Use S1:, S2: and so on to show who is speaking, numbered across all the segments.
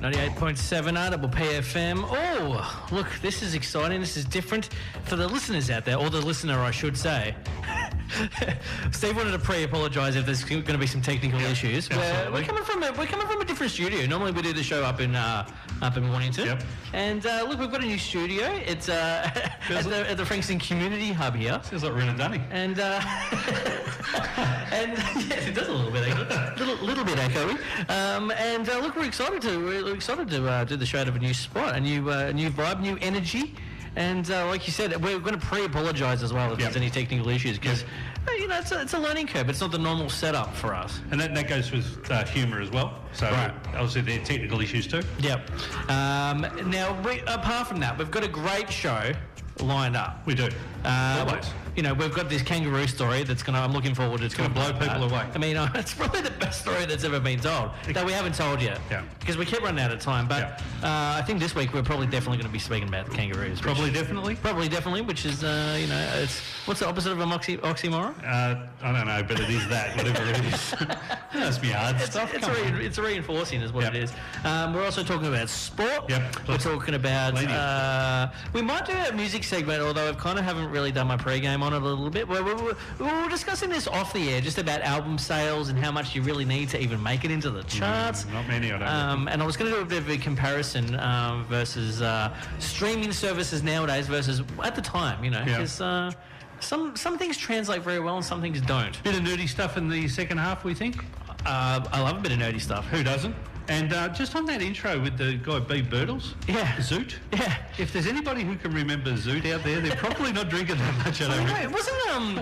S1: 98.7 Audible PFM. Oh, look, this is exciting. This is different for the listeners out there, or the listener, I should say. Steve wanted to pre-apologise if there's going to be some technical issues. We're,
S2: absolutely.
S1: we're coming from a, we're coming from a different studio. Normally we do the show up in uh, up in Mornington.
S2: Yep.
S1: And uh, look, we've got a new studio. It's uh, at,
S2: Feels
S1: the, at the Frankston Community Hub here.
S2: Sounds like Ren and Danny.
S1: And uh, and yes, it does a little bit echo, little little bit echoey. Um, and uh, look, we're excited to we're excited to uh, do the show out of a new spot, a new uh, new vibe, new energy. And uh, like you said, we're going to pre-apologise as well if
S2: Yep.
S1: there's any technical issues because you know it's a, it's a learning curve. It's not the normal setup for us.
S2: And that, that goes with uh, humour as well. So
S1: Right.
S2: obviously there are technical issues too.
S1: Yep. Um, now, we, apart from that, we've got a great show lined up.
S2: We do.
S1: Uh,
S2: Always.
S1: You know, we've got this kangaroo story that's going to, I'm looking forward to. It's going to
S2: gonna blow people away.
S1: I mean, uh, it's probably the best story that's ever been told that we haven't told yet.
S2: Yeah.
S1: Because we kept running out of time. But uh, I think this week we're probably definitely going to be speaking about the kangaroos. which-
S2: Probably, definitely.
S1: Probably, definitely, which is, uh, you know, it's, what's the opposite of an oxy, oxymoron?
S2: Uh, I don't know, but it is that, whatever it is. That's me hard
S1: It's,
S2: stuff.
S1: it's,
S2: come on.
S1: re- it's reinforcing, is what
S2: Yep.
S1: it is. Um, we're also talking about sport.
S2: Yep.
S1: We're talking about.
S2: Plenty of
S1: Uh, we might do a music segment, although I kind of haven't really done my pregame on it a little bit. We're, we're, we're we're discussing this off the air, just about album sales and how much you really need to even make it into the charts.
S2: Mm, Not many, I don't
S1: Um, and I was going to do a bit of a comparison um, versus uh, streaming services nowadays versus at the time, you know,
S2: Yeah.
S1: because uh, some some things translate very well and some things don't.
S2: Bit of nerdy stuff in the second half, we think.
S1: Uh, I love a bit of nerdy stuff.
S2: Who doesn't? And uh, just on that intro with the guy B. Birtles,
S1: Yeah.
S2: Zoot.
S1: Yeah.
S2: If there's anybody who can remember Zoot out there, they're probably not drinking that much. I don't
S1: Hey,
S2: reckon.
S1: wasn't um,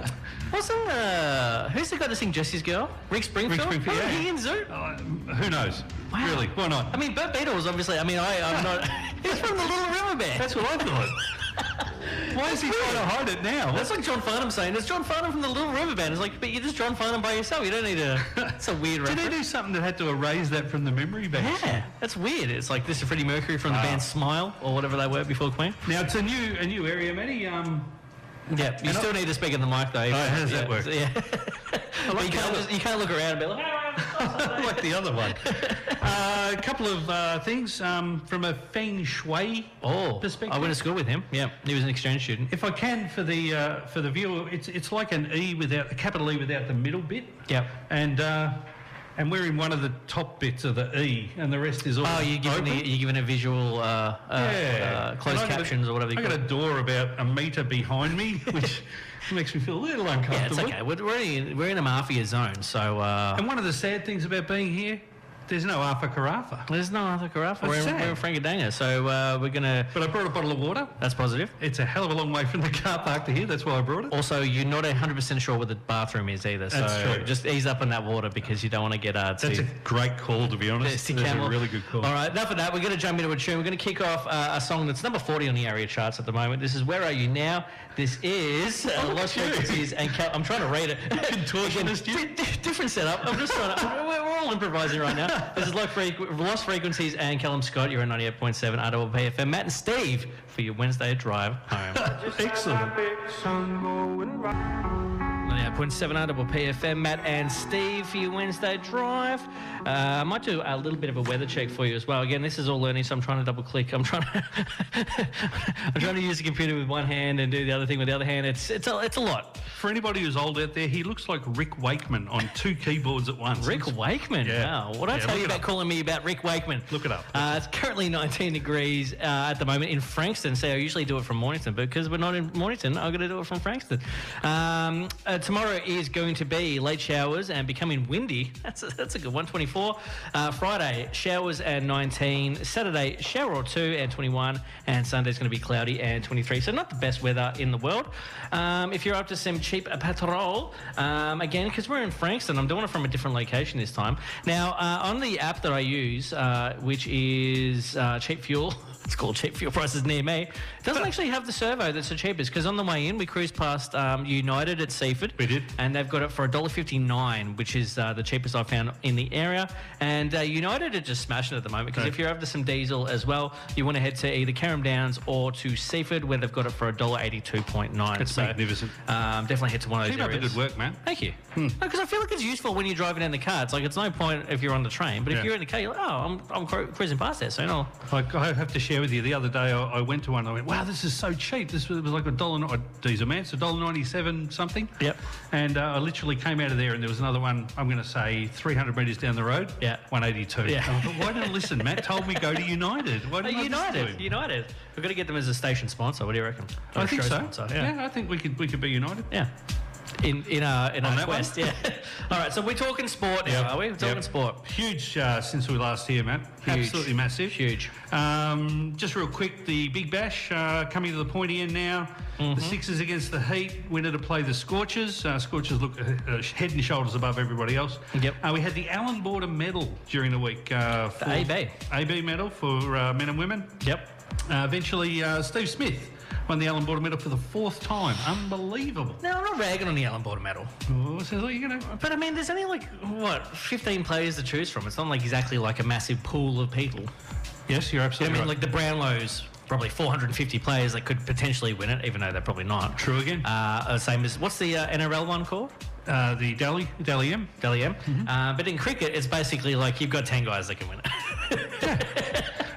S1: wasn't uh, who's the guy that sing Jesse's Girl? Rick Springfield.
S2: Rick Springfield,
S1: Wasn't
S2: yeah.
S1: he in Zoot?
S2: Uh, who knows?
S1: Wow.
S2: Really? Why not?
S1: I mean, Bert Beatles, obviously. I mean, I, I'm not. He's from the Little River Band.
S2: That's what I thought. Why is he trying to hide it now?
S1: That's like John Farnham saying, "It's John Farnham from the Little River Band." It's like, but you're just John Farnham by yourself. You don't need a. That's a weird
S2: Did he
S1: reference.
S2: do something that had to erase that from the memory bank?
S1: Yeah, that's weird. It's like this is Freddie Mercury from the
S2: Wow.
S1: band Smile or whatever they were before Queen.
S2: Now it's a new a new area, Matty. Um,
S1: Yeah, you
S2: And I-
S1: still need to speak in the mic though. Oh,
S2: how does that work?
S1: Yeah. But you,
S2: the
S1: can't
S2: other-
S1: just, you can't look around and be like,
S2: like the other one. Uh, a couple of uh, things um, from a feng shui
S1: oh, I
S2: perspective.
S1: went to school with him. Yeah, he was an exchange student.
S2: if I can, for the uh, for the viewer, it's it's like an E without a capital E without the middle bit.
S1: Yep.
S2: And uh, and we're in one of the top bits of the E, and the rest is all.
S1: Oh, you're giving,
S2: open.
S1: the, you're giving a visual, uh, uh,
S2: Yeah.
S1: uh, closed
S2: And I got a-
S1: captions or whatever you
S2: I
S1: call
S2: got
S1: it.
S2: a door about a metre behind me, which makes me feel a little uncomfortable.
S1: Yeah, it's okay. We're, we're, in, we're in a mafia zone, so uh,
S2: And one of the sad things about being here, there's no Arfa Carafa.
S1: there's no other carafe. We're, in-
S2: sad.
S1: we're in Frankadena, so uh, we're going to...
S2: But I brought a bottle of water.
S1: That's positive.
S2: It's a hell of a long way from the car park to here. That's why I brought it.
S1: Also, you're not 100% sure where the bathroom is either, so
S2: That's true.
S1: just ease up on that water because you don't want to get uh,
S2: That's
S1: too...
S2: a great call, to be honest.
S1: Thirsty
S2: That's
S1: camel.
S2: a really good call.
S1: All right, enough of that. We're going to jump into a tune. We're going to kick off uh, a song that's number 40 on the area charts at the moment. This is Where Are You Now? This is uh,
S2: look
S1: Lost
S2: at you.
S1: Frequencies and Cal- I'm trying to read it.
S2: Contortionist, you.
S1: Again, di- di- different setup. I'm just trying to. We're, we're all improvising right now. This is Lost, Frequ- Lost Frequencies and Callum Scott. You're on 98.7 RWPFM. Matt and Steve for your Wednesday drive home.
S2: Excellent.
S3: Excellent.
S1: 98.7 double PFM, Matt and Steve for your Wednesday drive. Uh, I might do a little bit of a weather check for you as well. Again, this is all learning, so I'm trying to double click. I'm trying to, I'm trying to use the computer with one hand and do the other thing with the other hand. It's it's a, it's a lot.
S2: For anybody who's old out there, he looks like Rick Wakeman on two keyboards at once.
S1: Rick Wakeman.
S2: Yeah.
S1: Wow. What I
S2: Yeah,
S1: tell
S2: look
S1: you
S2: it
S1: about
S2: up.
S1: calling me about Rick Wakeman?
S2: Look it up.
S1: Uh, it's currently 19 degrees uh, at the moment in Frankston. So I usually do it from Mornington, but because we're not in Mornington, I'm going to do it from Frankston. Um, uh, tomorrow is going to be late showers and becoming windy. That's a, that's a good one. 24. Uh, Friday showers and 19. Saturday shower or two and 21. And Sunday's going to be cloudy and 23. So not the best weather in the world. Um, if you're up to some cheap patrol, um, again because we're in Frankston, I'm doing it from a different location this time. Now uh, on the app that I use, uh, which is uh, Cheap Fuel. it's called cheap fuel prices near me. It doesn't actually have the servo that's the cheapest because on the way in we cruised past um, United at Seaford.
S2: We did.
S1: and they've got it for $1.59, which is uh, the cheapest I've found in the area. And uh, United are just smashing it at the moment because
S2: Right.
S1: if you're after some diesel as well, you want to head to either Carrum Downs or to Seaford where they've got it for $1.82.9.
S2: It's magnificent.
S1: Um, definitely head to one of those
S2: Keep up the
S1: areas.
S2: good work, Hmm. man.
S1: Thank you. Because I feel like it's useful when you're driving in the car. It's like it's no point if you're on the train, but if
S2: Yeah.
S1: you're in the car, you're like, oh, I'm, I'm cru- cruising past there, so I'll
S2: Like I have to share with you, the other day I, I went to one. and I went, "Wow, this is so cheap. This was, it was like a dollar, a diesel man, it's a dollar ninety-seven something."
S1: Yep.
S2: And uh, I literally came out of there, and there was another one. I'm going to say three hundred meters down the road.
S1: Yeah.
S2: One eighty-two.
S1: Yeah.
S2: I thought, Why didn't I listen? Matt told me go to United. Why
S1: Oh,
S2: didn't I listen to
S1: United,
S2: him?
S1: United. We've got to get them as a station sponsor. What do you reckon? Or
S2: I
S1: a
S2: think
S1: show
S2: so.
S1: sponsor,
S2: yeah. I think we could we could be United.
S1: Yeah. In in uh in
S2: On
S1: our
S2: that one?
S1: quest, yeah. All right, so we're talking sport now,
S2: Yep,
S1: are we? We're talking
S2: yep.
S1: sport.
S2: Huge uh, since we last here, Matt.
S1: Huge.
S2: Absolutely massive.
S1: Huge.
S2: Um, just real quick, the Big Bash uh, coming to the pointy end now. The Sixers against the Heat. Winner to play the Scorchers. Uh, Scorchers look uh, uh, head and shoulders above everybody else.
S1: Yep.
S2: Uh, we had the Allen Border Medal during the week. Uh, for
S1: AB.
S2: AB Medal for uh, men and women.
S1: Yep.
S2: Uh, eventually, uh, Steve Smith won the Allen Border Medal for the fourth time. Unbelievable.
S1: Now I'm not ragging on the Allen Border medal.
S2: Oh, so like, you know,
S1: But I mean there's only like what, fifteen players to choose from. It's not like exactly like a massive pool of people.
S2: yes, you're
S1: I
S2: absolutely
S1: mean like
S2: right.
S1: the Brownlows probably 450 players that could potentially win it, even though they're probably not.
S2: True again.
S1: Uh, uh, same as what's the uh, NRL one called?
S2: Uh, the Dally, Dally M. Mm-hmm.
S1: Dally M. Uh, but in cricket, it's basically like you've got 10 guys that can win it.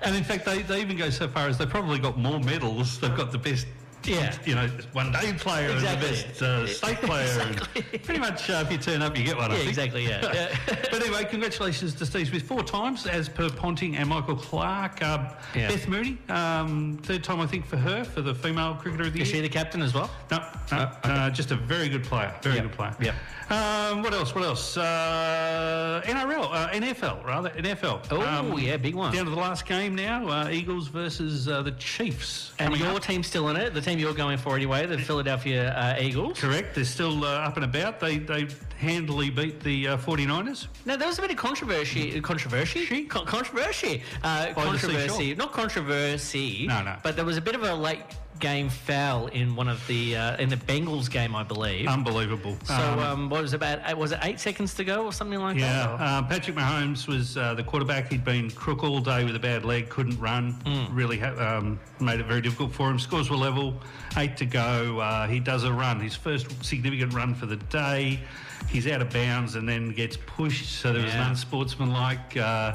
S2: And in fact, they, they even go so far as they've probably got more medals. They've got the best,
S1: Yeah.
S2: you know, one day player
S1: Exactly.
S2: and the best uh, state player.
S1: Exactly.
S2: And pretty much, uh, if you turn up, you get one. I
S1: yeah,
S2: think.
S1: exactly. Yeah. yeah.
S2: But anyway, congratulations to Steve Smith four times, as per Ponting and Michael Clark. Uh,
S1: Yeah.
S2: Beth Mooney, um, third time I think for her for the female cricketer of the
S1: Is
S2: year.
S1: she the captain as well?
S2: No, no, uh, just a very good player. Very
S1: Yep,
S2: good player.
S1: yep.
S2: Um, what else? What else? Uh, NRL, uh, NFL rather, NFL.
S1: Oh,
S2: Um,
S1: yeah, big one.
S2: Down to the last game now. Uh, Eagles versus uh, the Chiefs.
S1: And
S2: coming
S1: your
S2: up.
S1: team's still in it, the team you're going for anyway, the Philadelphia uh, Eagles.
S2: correct? They're still uh, up and about. They they handily beat the uh, 49ers.
S1: Now, there was a bit of controversy. Controversy? Con- controversy. Uh,
S2: By the
S1: controversy.
S2: seashore.
S1: Not controversy.
S2: No, no.
S1: But there was a bit of a late game foul in one of the, uh, in the Bengals game, I believe.
S2: Unbelievable.
S1: so, um, what was it about, was it eight seconds to go or something like
S2: yeah,
S1: that?
S2: uh, Patrick Mahomes was uh, the quarterback. He'd been crook all day with a bad leg, couldn't run.
S1: Hmm.
S2: Really ha- um, made it very difficult for him. Scores were level, eight to go. Uh, he does a run, his first significant run for the day. He's out of bounds and then gets pushed. So there was an
S1: Yeah.
S2: unsportsmanlike uh,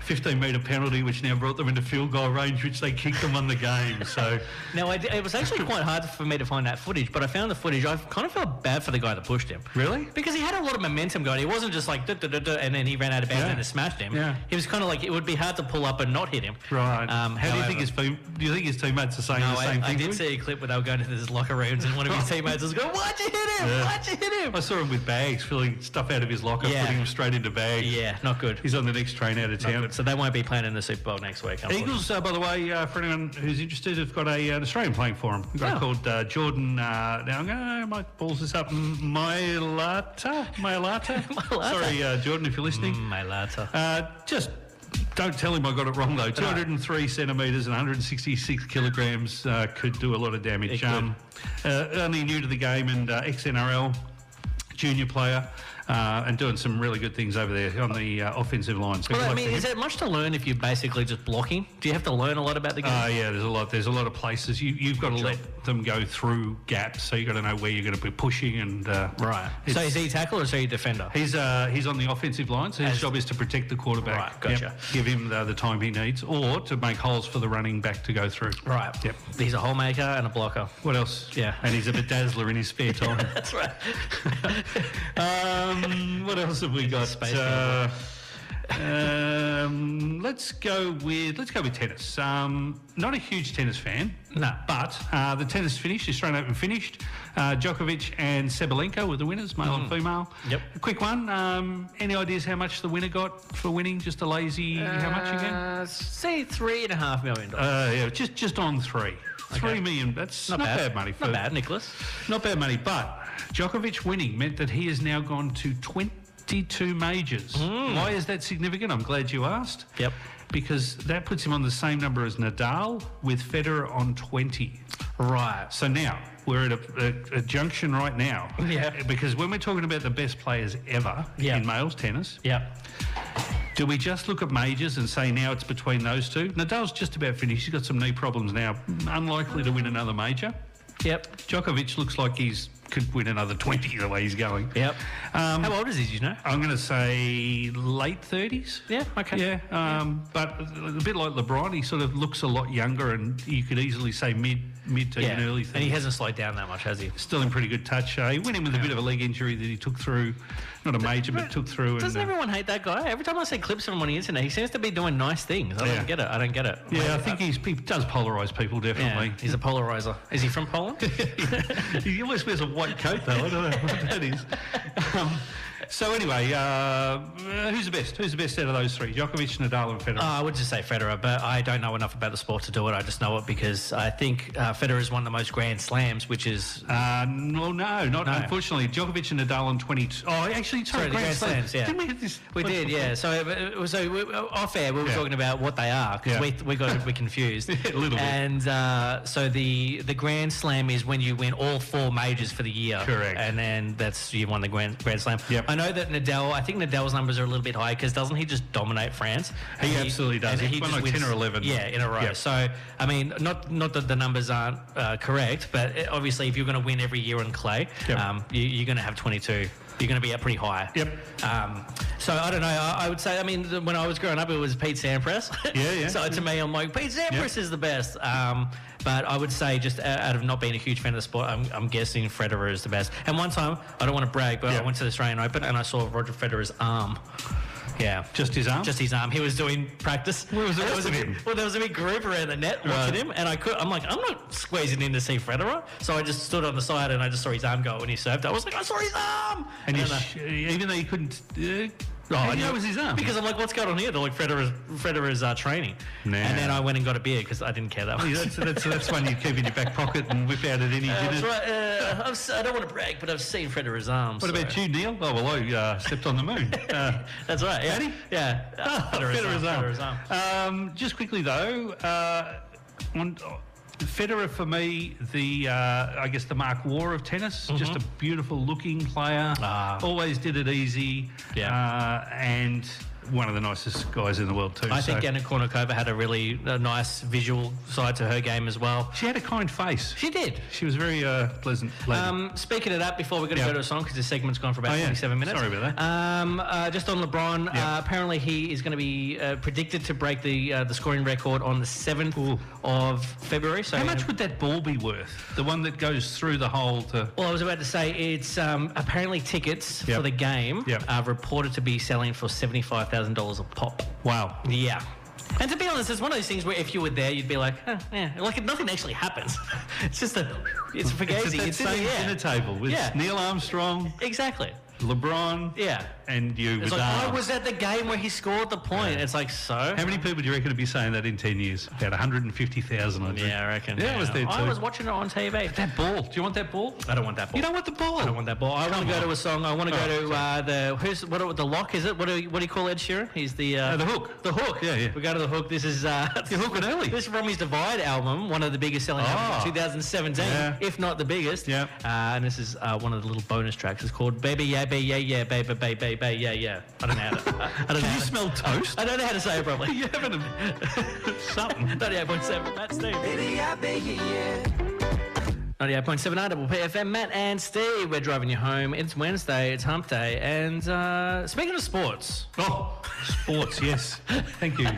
S2: 15 metre penalty, which now brought them into field goal range, which they kicked them on the game. So.
S1: Now, I d it was actually quite hard for me to find that footage, but I found the footage. I kind of felt bad for the guy that pushed him.
S2: Really?
S1: Because he had a lot of momentum going. He wasn't just like, duh, duh, duh, duh, and then he ran out of bounds
S2: Yeah.
S1: and it smashed him.
S2: Yeah.
S1: He was kind of like, it would be hard to pull up and not hit him.
S2: Right.
S1: Um,
S2: How do you think his
S1: however-
S2: team, do you think his teammates are saying
S1: No,
S2: the
S1: I,
S2: same
S1: I
S2: thing?
S1: did
S2: to him?
S1: see a clip where they were going to his locker rooms and one of his teammates was going, why'd you hit him?
S2: Yeah.
S1: Why'd you hit him?
S2: I saw him with bags, filling stuff out of his locker,
S1: Yeah.
S2: putting him straight into bags.
S1: Yeah, not good.
S2: He's on the next train out of
S1: Not
S2: town.
S1: good. So they won't be playing in the Super Bowl next week. unfortunately.
S2: Eagles, uh, by the way, uh, for anyone who's interested, have got a, uh, an Australian playing for them. A guy
S1: Oh.
S2: called uh, Jordan. Uh, now I'm going to my balls this up. Mailata, Mailata.
S1: Mailata.
S2: Sorry, uh, Jordan, if you're listening.
S1: Mm, My latter.
S2: Uh, just don't tell him I got it wrong though. 203 centimetres and 166 kilograms uh, could do a lot of damage.
S1: It could.
S2: Um, uh, only new to the game and uh, ex-NRL junior player uh, and doing some really good things over there on the uh, offensive line. So good
S1: Well, I
S2: luck
S1: mean,
S2: to him.
S1: is there much to learn if you're basically just blocking? Do you have to learn a lot about the game?
S2: Uh, yeah, there's a lot. There's a lot of places you you've got to let them go through gaps. So you have got to know where you're going to be pushing and uh,
S1: right. So
S2: it's-
S1: is he a tackler or is he a defender?
S2: He's uh, he's on the offensive line, so his
S1: As-
S2: job is to protect the quarterback.
S1: Right, gotcha.
S2: Yep. Give him the, the time he needs, or to make holes for the running back to go through.
S1: Right.
S2: Yep.
S1: He's a hole maker and a blocker.
S2: What else?
S1: Yeah.
S2: And he's a bedazzler in his spare time.
S1: That's right.
S2: um, what else have we got?
S1: Space
S2: Uh, um, let's go with let's go with tennis. Um, not a huge tennis fan.
S1: No.
S2: But uh, the tennis finished, Australian Open finished. Uh, Djokovic and Sabalenka were the winners, male and female.
S1: Mm. Yep.
S2: A quick one. Um, any ideas how much the winner got for winning? Just a lazy how much again?
S1: Uh, say three and a half million dollars.
S2: Uh, yeah, just just on three. Three
S1: Okay.
S2: million. That's
S1: not,
S2: bad. money. For,
S1: Not bad, Nicholas.
S2: Not bad money. But Djokovic winning meant that he has now gone to twenty 52 majors. Why is that significant? I'm glad you asked.
S1: Hmm. Yep.
S2: Because that puts him on the same number as Nadal with Federer on 20.
S1: Right.
S2: So now we're at a, a, a junction right now.
S1: Yeah.
S2: Because when we're talking about the best players ever
S1: Yeah.
S2: in males tennis,
S1: Yep.
S2: do we just look at majors and say now it's between those two? Nadal's just about finished. He's got some knee problems now. Unlikely to win another major.
S1: Yep.
S2: Djokovic looks like he's could win another 20 the way he's going.
S1: Yep.
S2: Um,
S1: How old is he? Do you know?
S2: I'm going to say late 30s.
S1: Yeah. Okay.
S2: Yeah, um, but a bit like LeBron, he sort of looks a lot younger, and you could easily say mid, mid to even early.
S1: and he
S2: 30s.
S1: hasn't slowed down that much, has he?
S2: still in pretty good touch. Uh, he went in with a bit of a leg injury that he took through, not a major, but took through.
S1: Doesn't
S2: and, uh,
S1: everyone hate that guy? Every time I see clips of him on the internet, he seems to be doing nice things. I
S2: Yeah.
S1: don't get it. I don't get it.
S2: yeah, I think he's, he does polarise people definitely.
S1: Yeah, he's a polarizer. Is he from Poland?
S2: he always wears a white coat though. I don't know what that is. Um, so anyway, uh, uh, who's the best? Who's the best out of those three? Djokovic, Nadal, and Federer.
S1: Uh, I would just say Federer, but I don't know enough about the sport to do it. I just know it because I think uh, Federer is one of the most Grand Slams, which is
S2: Uh, no, no, not
S1: No.
S2: unfortunately. Djokovic and Nadal on 22. Oh, actually, sorry,
S1: the
S2: Grand,
S1: Grand
S2: Slams.
S1: Slams, yeah.
S2: Didn't we get this?
S1: we did, yeah. So, uh, so we, off air, we were
S2: Yeah.
S1: talking about what they are because
S2: Yeah.
S1: we, we got a bit confused.
S2: A little bit.
S1: And uh, so the the Grand Slam is when you win all four majors for the year.
S2: Correct.
S1: And then that's you won the Grand Grand Slam.
S2: Yep.
S1: I know that Nadal. I think Nadal's numbers are a little bit high because doesn't he just dominate France?
S2: He absolutely does.
S1: and
S2: He's won
S1: just
S2: like 10
S1: wins-
S2: or 11.
S1: Yeah, in a row.
S2: Yep.
S1: So I mean, not not that the numbers aren't uh, correct, but uh, obviously if you're going to win every year on clay,
S2: Yep.
S1: um, you, you're going to have 22. You're going to be up pretty high.
S2: Yep.
S1: Um, so I don't know. I, I would say. I mean, th- when I was growing up, it was Pete Sampras.
S2: Yeah, yeah.
S1: so to me, I'm like Pete Sampras
S2: Yep.
S1: is the best. Um, but I would say, just o- out of not being a huge fan of the sport, I'm, I'm guessing Federer is the best. And one time, I don't want to brag, but
S2: Yeah.
S1: I went to the Australian Open and I saw Roger Federer's arm. Yeah.
S2: Just his arm.
S1: Just his arm. He was doing practice.
S2: Where was the
S1: And there
S2: rest
S1: a
S2: of
S1: big-
S2: him?
S1: Well, there was a big group around the net watching
S2: Right.
S1: him, and I could. I'm like, I'm not squeezing in to see Federer. So I just stood on the side and I just saw his arm go when he served. I was like, I saw his arm.
S2: and
S1: then
S2: he
S1: I-
S2: sh- even though he couldn't. Uh,
S1: Oh, I
S2: how do you
S1: knew-
S2: know it was his arm.
S1: Because I'm like, what's going on here? They're like, Federer's, Federer's uh, training.
S2: Nah.
S1: And then I went and got a beer because I didn't care that much.
S2: Yeah, that's, that's, that's one you keep in your back pocket and whip out at any
S1: Uh,
S2: dinner.
S1: that's right. Uh, I've, s- I don't want to brag, but I've seen Federer's arms.
S2: What about you, Neil? Oh, well, I uh, stepped on the moon. Uh,
S1: That's right. Yeah.
S2: Had he? Oh,
S1: Yeah. Uh, Federer's,
S2: Federer's
S1: arm.
S2: arm.
S1: Federer's arm.
S2: Um, just quickly though, uh, on, Federer for me, the uh, I guess the Mark War of tennis, just a beautiful looking player.
S1: Mm-hmm. Ah.
S2: Always did it easy.
S1: Yeah.
S2: Uh, and one of the nicest guys in the world too.
S1: I think
S2: so-
S1: Anna Kournikova had a really uh nice visual side to her game as well.
S2: she had a kind face.
S1: She did.
S2: She was very uh, pleasant. lady.
S1: Um, speaking of that, before we're going to
S2: Yeah.
S1: go to a song because this segment's gone for about
S2: Oh, yeah.
S1: 27 minutes.
S2: Sorry about that.
S1: Um, uh, just on LeBron,
S2: Yeah.
S1: uh, apparently he is going to be uh, predicted to break the uh, the scoring record on the 7th of February. So uh,
S2: How much would that ball be worth? The one that goes through the hole to.
S1: Well, I was about to say it's um, apparently tickets
S2: Yep.
S1: for the game
S2: Yep.
S1: are reported to be selling for seventy five thousand dollars a pop.
S2: Wow.
S1: Yeah. And to be honest, it's one of those things where if you were there, you'd be like, "Huh, yeah, like nothing actually happens. it's just a, it's
S2: It's,
S1: fugazi.
S2: it's,
S1: It's, so
S2: sitting
S1: yeah,
S2: dinner table. It's
S1: Yeah.
S2: Neil Armstrong,
S1: exactly.
S2: LeBron,
S1: Yeah.
S2: and you.
S1: It's
S2: with
S1: like I
S2: arms.
S1: was at the game where he scored the point. It's like so.
S2: How many people do you reckon will be saying that in 10 years? About 150,000, I think.
S1: Yeah, I reckon.
S2: Yeah, I was there too.
S1: I was watching it on TV.
S2: that ball. Do you want that ball?
S1: I don't want that ball.
S2: You don't want the ball.
S1: I don't want that ball. I want
S2: Come
S1: to go to
S2: on.
S1: a song. I want to
S2: Oh,
S1: go to uh, the who's what are- the lock is it? What do you- what do you call Ed Sheeran? He's the uh,
S2: Uh, the hook.
S1: The hook.
S2: Yeah, yeah.
S1: We go to the hook. This is uh,
S2: You're hooking early.
S1: This is from his Divide album, one of the biggest selling albums
S2: Ah.
S1: of 2017,
S2: Yeah.
S1: if not the biggest.
S2: Yeah.
S1: Uh, and this is uh, one of the little bonus tracks. It's called Baby Yeah Baby Yeah Yeah Baby Baby Baby Yeah Yeah. I don't know how to. I don't know.
S2: Can
S1: How
S2: you
S1: to
S2: smell toast?
S1: I don't know how to say it properly.
S2: you having a, something.
S1: 98.7, Matt Steve.
S3: Baby, I beg you, yeah.
S1: 98.7 RPFM, Matt and Steve. We're driving you home. It's Wednesday, it's hump day. And uh, speaking of sports,
S2: Oh, sports, yes. Thank you.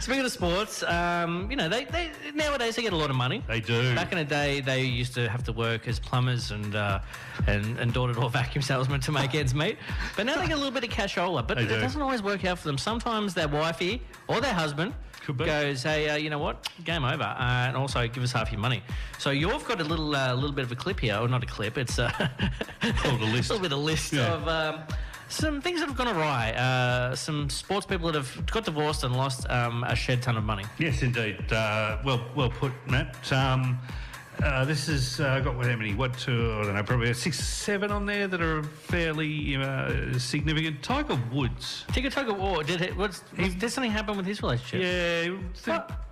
S1: speaking of sports, um, you know, they, they nowadays they get a lot of money.
S2: They do.
S1: Back in the day, they used to have to work as plumbers and uh, and, and door-to-door vacuum salesmen to make ends meet. But now they get a little bit of cashola. But
S2: They
S1: it
S2: do.
S1: doesn't always work out for them. Sometimes their wifey or their husband
S2: Could be.
S1: goes, "Hey, uh, you know what? Game over." Uh, and also, give us half your money. So you've got a little uh, little bit of a clip here, or not a clip? It's uh,
S2: Called a list.
S1: little bit of list
S2: Yeah.
S1: of. Um, some things that have gone awry. Uh, some sports people that have got divorced and lost um, a shed ton of money.
S2: Yes, indeed. Uh, well, well put, Matt. Um, uh, Uh, this is uh, got how many? What two? I don't know. Probably six, seven on there that are fairly uh, significant. Tiger Woods.
S1: Tigger tug of war. Did it? What's, was, did something happen with his relationship?
S2: Yeah,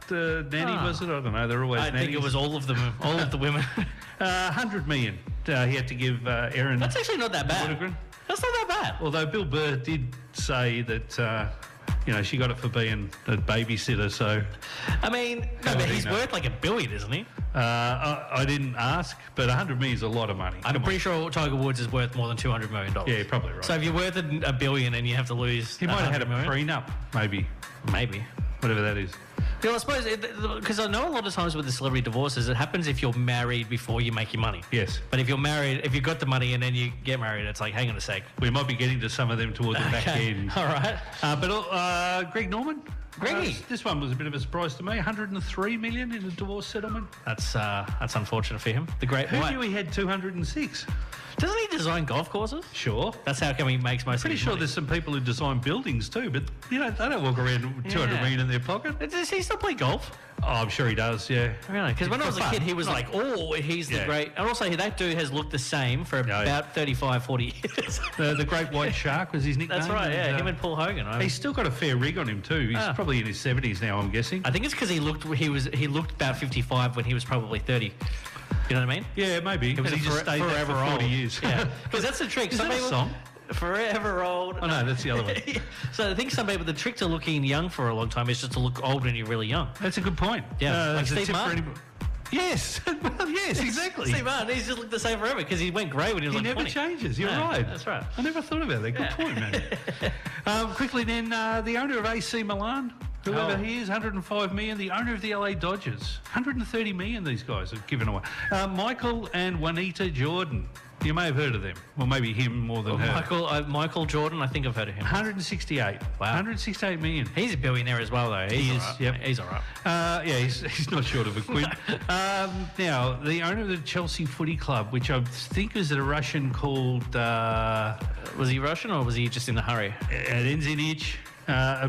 S2: the, the nanny
S1: Ah.
S2: was it? I don't know. They're always
S1: I think
S2: nannies.
S1: it was all of them. All of the women.
S2: uh, hundred million. Uh, he had to give uh, Aaron.
S1: That's actually not that bad.
S2: Lundgren.
S1: That's not that bad.
S2: Although Bill Burr did say that, uh, you know, she got it for being a babysitter. So
S1: I mean, no,
S2: How
S1: but
S2: would he
S1: he's
S2: know?
S1: worth like a billion, isn't he?
S2: uh, I, I didn't ask, but 100 million is a lot of money.
S1: I'm pretty sure Tiger Woods is worth more than two hundred million dollars.
S2: Yeah, you're probably right.
S1: So if you're worth a, a billion and you have to lose,
S2: he might have had a
S1: 100 million,
S2: prenup, maybe,
S1: maybe.
S2: whatever that is.
S1: Yeah, well, I suppose because I know a lot of times with the celebrity divorces, it happens if you're married before you make your money.
S2: Yes.
S1: But if you're married, if you've got the money and then you get married, it's like, hang on a sec.
S2: We might be getting to some of them toward the back
S1: Okay.
S2: end.
S1: All right.
S2: Uh, but uh, Greg Norman?
S1: Greggy.
S2: Uh, this one was a bit of a surprise to me. 103 million in a divorce settlement.
S1: That's uh, that's unfortunate for him. The great
S2: Who
S1: white.
S2: knew he had 206?
S1: Doesn't he design golf courses?
S2: Sure.
S1: That's how come he makes most.
S2: Pretty
S1: of his
S2: sure
S1: money.
S2: there's some people who design buildings too, but you know they don't walk around with 200
S1: Yeah.
S2: million in their pocket.
S1: Does he still play golf?
S2: Oh, I'm sure he does. Yeah.
S1: Really? Because when I was a
S2: For fun.
S1: kid, he was like, oh, he's the
S2: Yeah. Oh,
S1: great. And also, that dude has looked the same for
S2: yeah.
S1: about 35, 40 years.
S2: The, the Great White Shark was his nickname.
S1: That's right, yeah.
S2: and, uh,
S1: Him and Paul Hogan. I,
S2: he's still got a fair rig on him too. He's
S1: Ah.
S2: probably in his 70s now, I'm guessing.
S1: I think it's because he looked he was he looked about 55 when he was probably 30. You know what I mean?
S2: yeah, maybe.
S1: It was
S2: and he
S1: a
S2: just
S1: fore-
S2: stayed there for 40 years.
S1: Yeah, because that's the trick.
S2: Is
S1: Some
S2: that a
S1: people,
S2: song?
S1: Forever old.
S2: oh no, that's the other one.
S1: so I think some people, the trick to looking young for a long time is just to look old when you're really young.
S2: That's a good point. Uh,
S1: Yeah, like
S2: that's a
S1: Steve
S2: tip for
S1: Martin.
S2: anybody. Yes, well, yes, exactly.
S1: See, man, he's just looked the same forever because he went grey when he was
S2: He
S1: like
S2: never
S1: 20.
S2: changes. You're
S1: No,
S2: right.
S1: That's right.
S2: I never thought about that. Good point, man. um, quickly, then uh, the owner of AC Milan, whoever
S1: Oh.
S2: he is, 105 million. The owner of the LA Dodgers, 130 million. These guys have given away. Uh, Michael and Juanita Jordan. You may have heard of them. Well, maybe him more than her.
S1: Michael, uh, Michael Jordan, I think I've heard of him.
S2: 168. Wow. 168 million.
S1: He's a billionaire as well, though. He's
S2: He
S1: all
S2: is,
S1: right.
S2: yep.
S1: He's all right.
S2: Uh, yeah, he's, he's not short of a quid. um, now, the owner of the Chelsea Footy Club, which I think is a Russian called, uh,
S1: Was he Russian or was he just in a hurry?
S2: it ends in itch. Uh,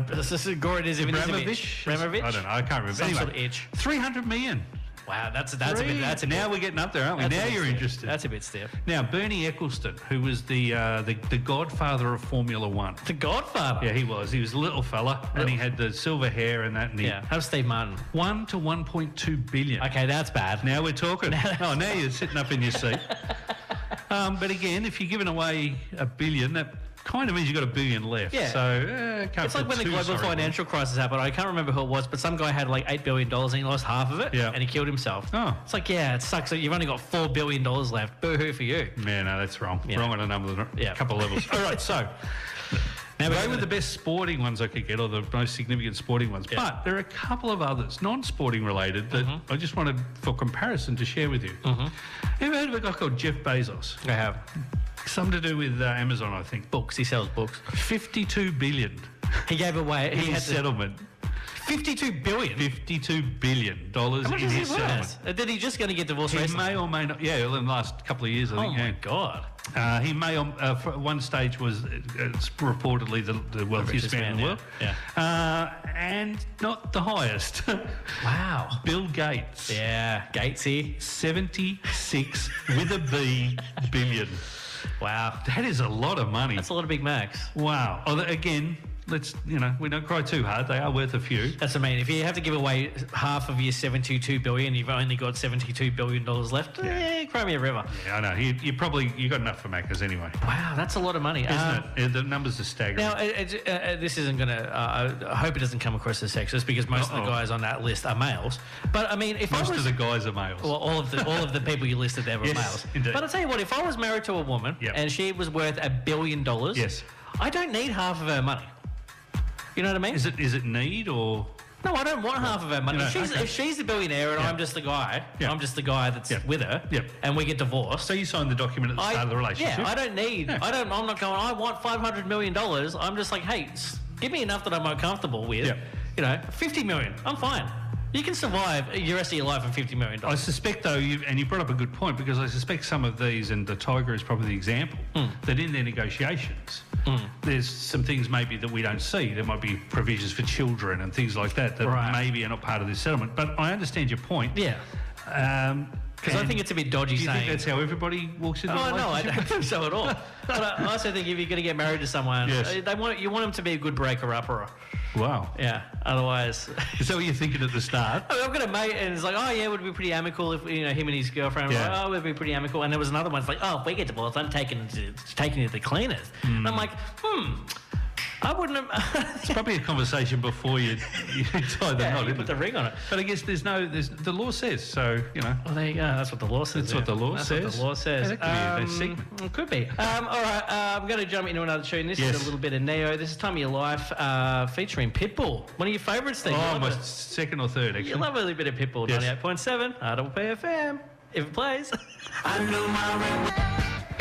S1: This is Goran is
S2: Bramovich?
S1: Bramovich?
S2: I don't know. I can't remember.
S1: Some
S2: anyway,
S1: sort of itch.
S2: 300 million.
S1: Wow, that's that's a bit.
S2: Three-
S1: That's a bit-
S2: now we're getting up there, aren't we?
S1: that's a
S2: Now
S1: bit
S2: you're
S1: stiff.
S2: interested.
S1: That's a bit stiff.
S2: Now, Bernie Ecclestone, who was the, uh, the the godfather of Formula One.
S1: The Godfather.
S2: Yeah, he was. He was a little fella, and he had the silver hair and that. And he,
S1: yeah. Have Steve Martin.
S2: One to 1.2 billion.
S1: Okay, that's bad.
S2: Now we're talking. oh, now you're sitting up in your seat. um, but again, if you're giving away a billion, that kind of means you've got a billion left.
S1: Yeah.
S2: So uh, can't
S1: It's like
S2: feel
S1: when the
S2: too
S1: global
S2: sorry for them.
S1: financial crisis happened. I can't remember who it was, but some guy had like eight billion dollars and he lost half of it,
S2: Yeah.
S1: and he killed himself.
S2: Oh.
S1: It's like, yeah, it sucks. that You've only got four billion dollars left. Boo hoo for you.
S2: Yeah, no, that's wrong.
S1: Yeah.
S2: Wrong on a number, of-
S1: Yeah.
S2: couple of levels. All right, so
S1: Now
S2: they were the best sporting ones I could get, or the most significant sporting ones.
S1: Yeah. Mm-hmm.
S2: But there are a couple of others, non-sporting related, that I just wanted for comparison to share with you. Ever heard of a guy called Jeff Bezos?
S1: I have
S2: Something to do with uh, Amazon, I think.
S1: books. He sells books.
S2: Fifty-two billion
S1: He gave away. He
S2: in
S1: had
S2: his settlement.
S1: fifty-two billion.
S2: Fifty-two billion dollars
S1: How much
S2: in
S1: is he
S2: his settlement.
S1: worth? Uh, Did he just going to get divorced?
S2: He
S1: recently?
S2: may or may not. Yeah, well, in the last couple of years, I
S1: Oh
S2: think.
S1: my
S2: yeah.
S1: god.
S2: Uh, he may, um, uh, for- one stage, was uh, it's reportedly the, the wealthiest
S1: richest
S2: man in the
S1: man,
S2: world.
S1: yeah.
S2: Uh, and not the highest.
S1: Wow.
S2: Bill Gates.
S1: Yeah, Gatesy.
S2: 76 with a B billion.
S1: Wow.
S2: That is a lot of money.
S1: That's a lot of Big Macs.
S2: wow. Oh, th- again, let's, you know, we don't cry too hard. They are worth a few.
S1: That's amazing. If you have to give away half of your seventy-two billion, you've only got seventy-two billion dollars left. Yeah, eh, cry me a river.
S2: Yeah, I know. You, you probably, you got enough for Macca's anyway.
S1: Wow, that's a lot of money,
S2: Isn't
S1: Um,
S2: it? Uh, The numbers are staggering.
S1: Now, it, it, uh, uh, this isn't going to. Uh, I hope it doesn't come across as sexist because most of
S2: Uh-oh.
S1: the guys on that list are males. But I mean, if
S2: Most
S1: I was
S2: of the guys are males.
S1: well, all of the all of the people you listed there were
S2: Yes,
S1: males.
S2: indeed.
S1: But I tell you what, if I was married to a woman
S2: Yep.
S1: and she was worth a billion dollars,
S2: Yes.
S1: I don't need half of her money. You know what I mean?
S2: is it is it need or
S1: No, I don't want half of her money.
S2: No,
S1: if, she's,
S2: okay.
S1: if she's the billionaire and
S2: Yeah.
S1: I'm just the guy,
S2: Yeah.
S1: I'm just the guy that's
S2: Yeah.
S1: with her,
S2: Yeah.
S1: and we get divorced.
S2: So you signed the document at the start of the relationship.
S1: Yeah, I don't need.
S2: Yeah.
S1: I don't. I'm not going. I want five hundred million dollars. I'm just like, hey, s- give me enough that I'm comfortable with.
S2: Yeah.
S1: You know, fifty million. I'm fine. You can survive the rest of your life on fifty million
S2: I
S1: dollars.
S2: suspect, though, you, and you brought up a good point because I suspect some of these, and the Tiger is probably the example, that in their negotiations, there's some things maybe that we don't see. There might be provisions for children and things like that that
S1: Right.
S2: maybe are not part of this settlement. But I understand your point.
S1: Yeah.
S2: Um,
S1: Because I
S2: And
S1: think it's a bit dodgy
S2: Do you
S1: saying.
S2: think that's how everybody walks into a
S1: Oh no, I
S2: relationship?
S1: don't think so at all. But I also think if you're going to get married to someone,
S2: Yes.
S1: uh, they want you want them to be a good breaker upper.
S2: Wow.
S1: Yeah. Otherwise,
S2: Is that what you're thinking at the start?
S1: I mean, I've got a mate, and it's like, oh yeah, it would be pretty amicable if you know him and his girlfriend. were
S2: Yeah.
S1: like, oh, it would be pretty amicable. And there was another one. It's like, oh, if we get divorced, I'm taking it to, taking it to the cleaners. And I'm like, hmm, I wouldn't. Have,
S2: It's probably a conversation before you, you tie the
S1: yeah,
S2: knot.
S1: you
S2: isn't
S1: put
S2: it?
S1: the ring on it.
S2: But I guess there's no, there's, the law says, so, you know.
S1: Well, there you go. That's what the law says.
S2: That's what the law
S1: That's What
S2: says.
S1: the law says.
S2: Yeah, that could be a bit
S1: Um, it could be. Um, all right, uh, I'm going to jump into another tune. This
S2: Yes.
S1: is a little bit of Neo. This is Time of Your Life uh, featuring Pitbull. One of your favourites, Steve. You
S2: Oh,
S1: love
S2: my
S1: it.
S2: second or third, actually.
S1: You love a little bit of Pitbull.
S2: Yes.
S1: 98.7, RPFM. If it plays.
S3: I know my rent.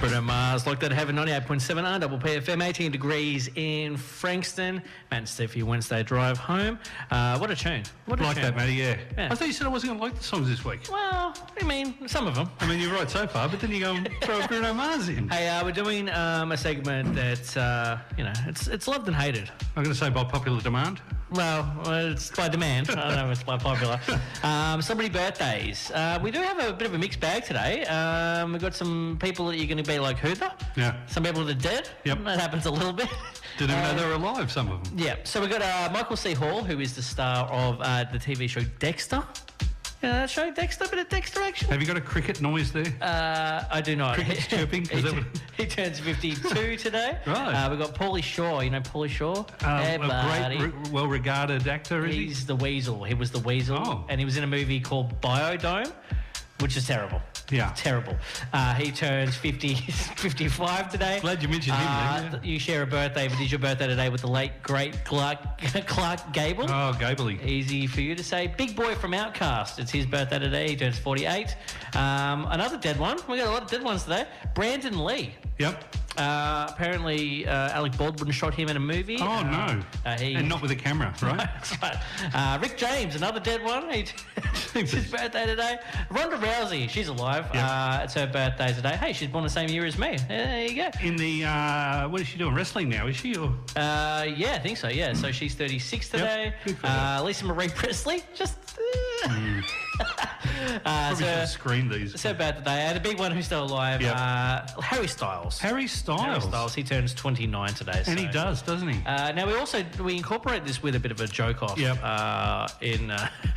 S1: Bruno Mars, locked out heaven, 98.7 R, double PFM, 18 degrees in Frankston. Matt and Steve for your Wednesday drive home. Uh, what a tune. What a
S2: Like
S1: tune.
S2: that, matty, yeah.
S1: Yeah.
S2: I thought you said I wasn't going to like the songs this week.
S1: Well, I mean, some of them.
S2: I mean, you're right so far, but then you go and throw Bruno Mars in.
S1: Hey, uh, we're doing um, a segment that uh, you know it's it's loved and hated.
S2: I'm going to say by popular demand.
S1: Well, uh, it's by demand. I don't know if it's by popular. Um, somebody birthdays. Uh, we do have a bit of a mixed bag today. Um, we've got some people that you're going to be like, who the?
S2: Yeah.
S1: Some people that are dead.
S2: Yep.
S1: That happens a little bit.
S2: Didn't even
S1: Uh,
S2: know they were alive, some of them.
S1: Yeah. So we've got uh, Michael C. Hall, who is the star of uh, the TV show Dexter. You know that show, Dexter? Bit of Dexter action.
S2: Have you got a cricket noise there?
S1: Uh, I do not.
S2: Cricket's chirping,
S1: He,
S2: 'cause that
S1: tu-
S2: would-
S1: he turns 52 today.
S2: Right.
S1: Uh, we've got Paulie Shaw. You know Paulie Shaw? Hey,
S2: Um, a
S1: buddy.
S2: great, re- well regarded actor, is he?
S1: He's the Weasel. He was the Weasel.
S2: Oh.
S1: And he was in a movie called Biodome, which is terrible.
S2: Yeah.
S1: Terrible. Uh, he turns 50, 55 today.
S2: Glad you mentioned him
S1: Uh,
S2: then, yeah.
S1: th- You share a birthday, but it's your birthday today with the late, great Clark, Clark Gable.
S2: Oh, Gabley.
S1: Easy for you to say. Big boy from Outcast. It's his birthday today. He turns 48. Um, another dead one. We got a lot of dead ones today. Brandon Lee.
S2: Yep.
S1: Uh, apparently, uh, Alec Baldwin shot him in a movie.
S2: Oh,
S1: Uh,
S2: no.
S1: uh, he-
S2: And not with a camera, right?
S1: That's right. Uh, Rick James, another dead one. He- it's his birthday today. Ronda Rousey, she's alive.
S2: Yeah.
S1: Uh, it's her birthday today. Hey, she's born the same year as me. There you go.
S2: In the, uh, what is she doing? Wrestling now, is she? Or
S1: Uh, yeah, I think so. Yeah, so she's 36 today.
S2: Good for Mm.
S1: Uh, Lisa Marie Presley, just. uh,
S2: probably should
S1: so,
S2: have screened these.
S1: so bad today. And a big one who's still alive,
S2: Yep.
S1: uh, Harry Styles.
S2: Harry Styles.
S1: Harry Styles. He turns 29 today.
S2: And he
S1: so-
S2: does, doesn't he?
S1: Uh, now we also we incorporate this with a bit of a joke off
S2: Yep.
S1: uh, in uh,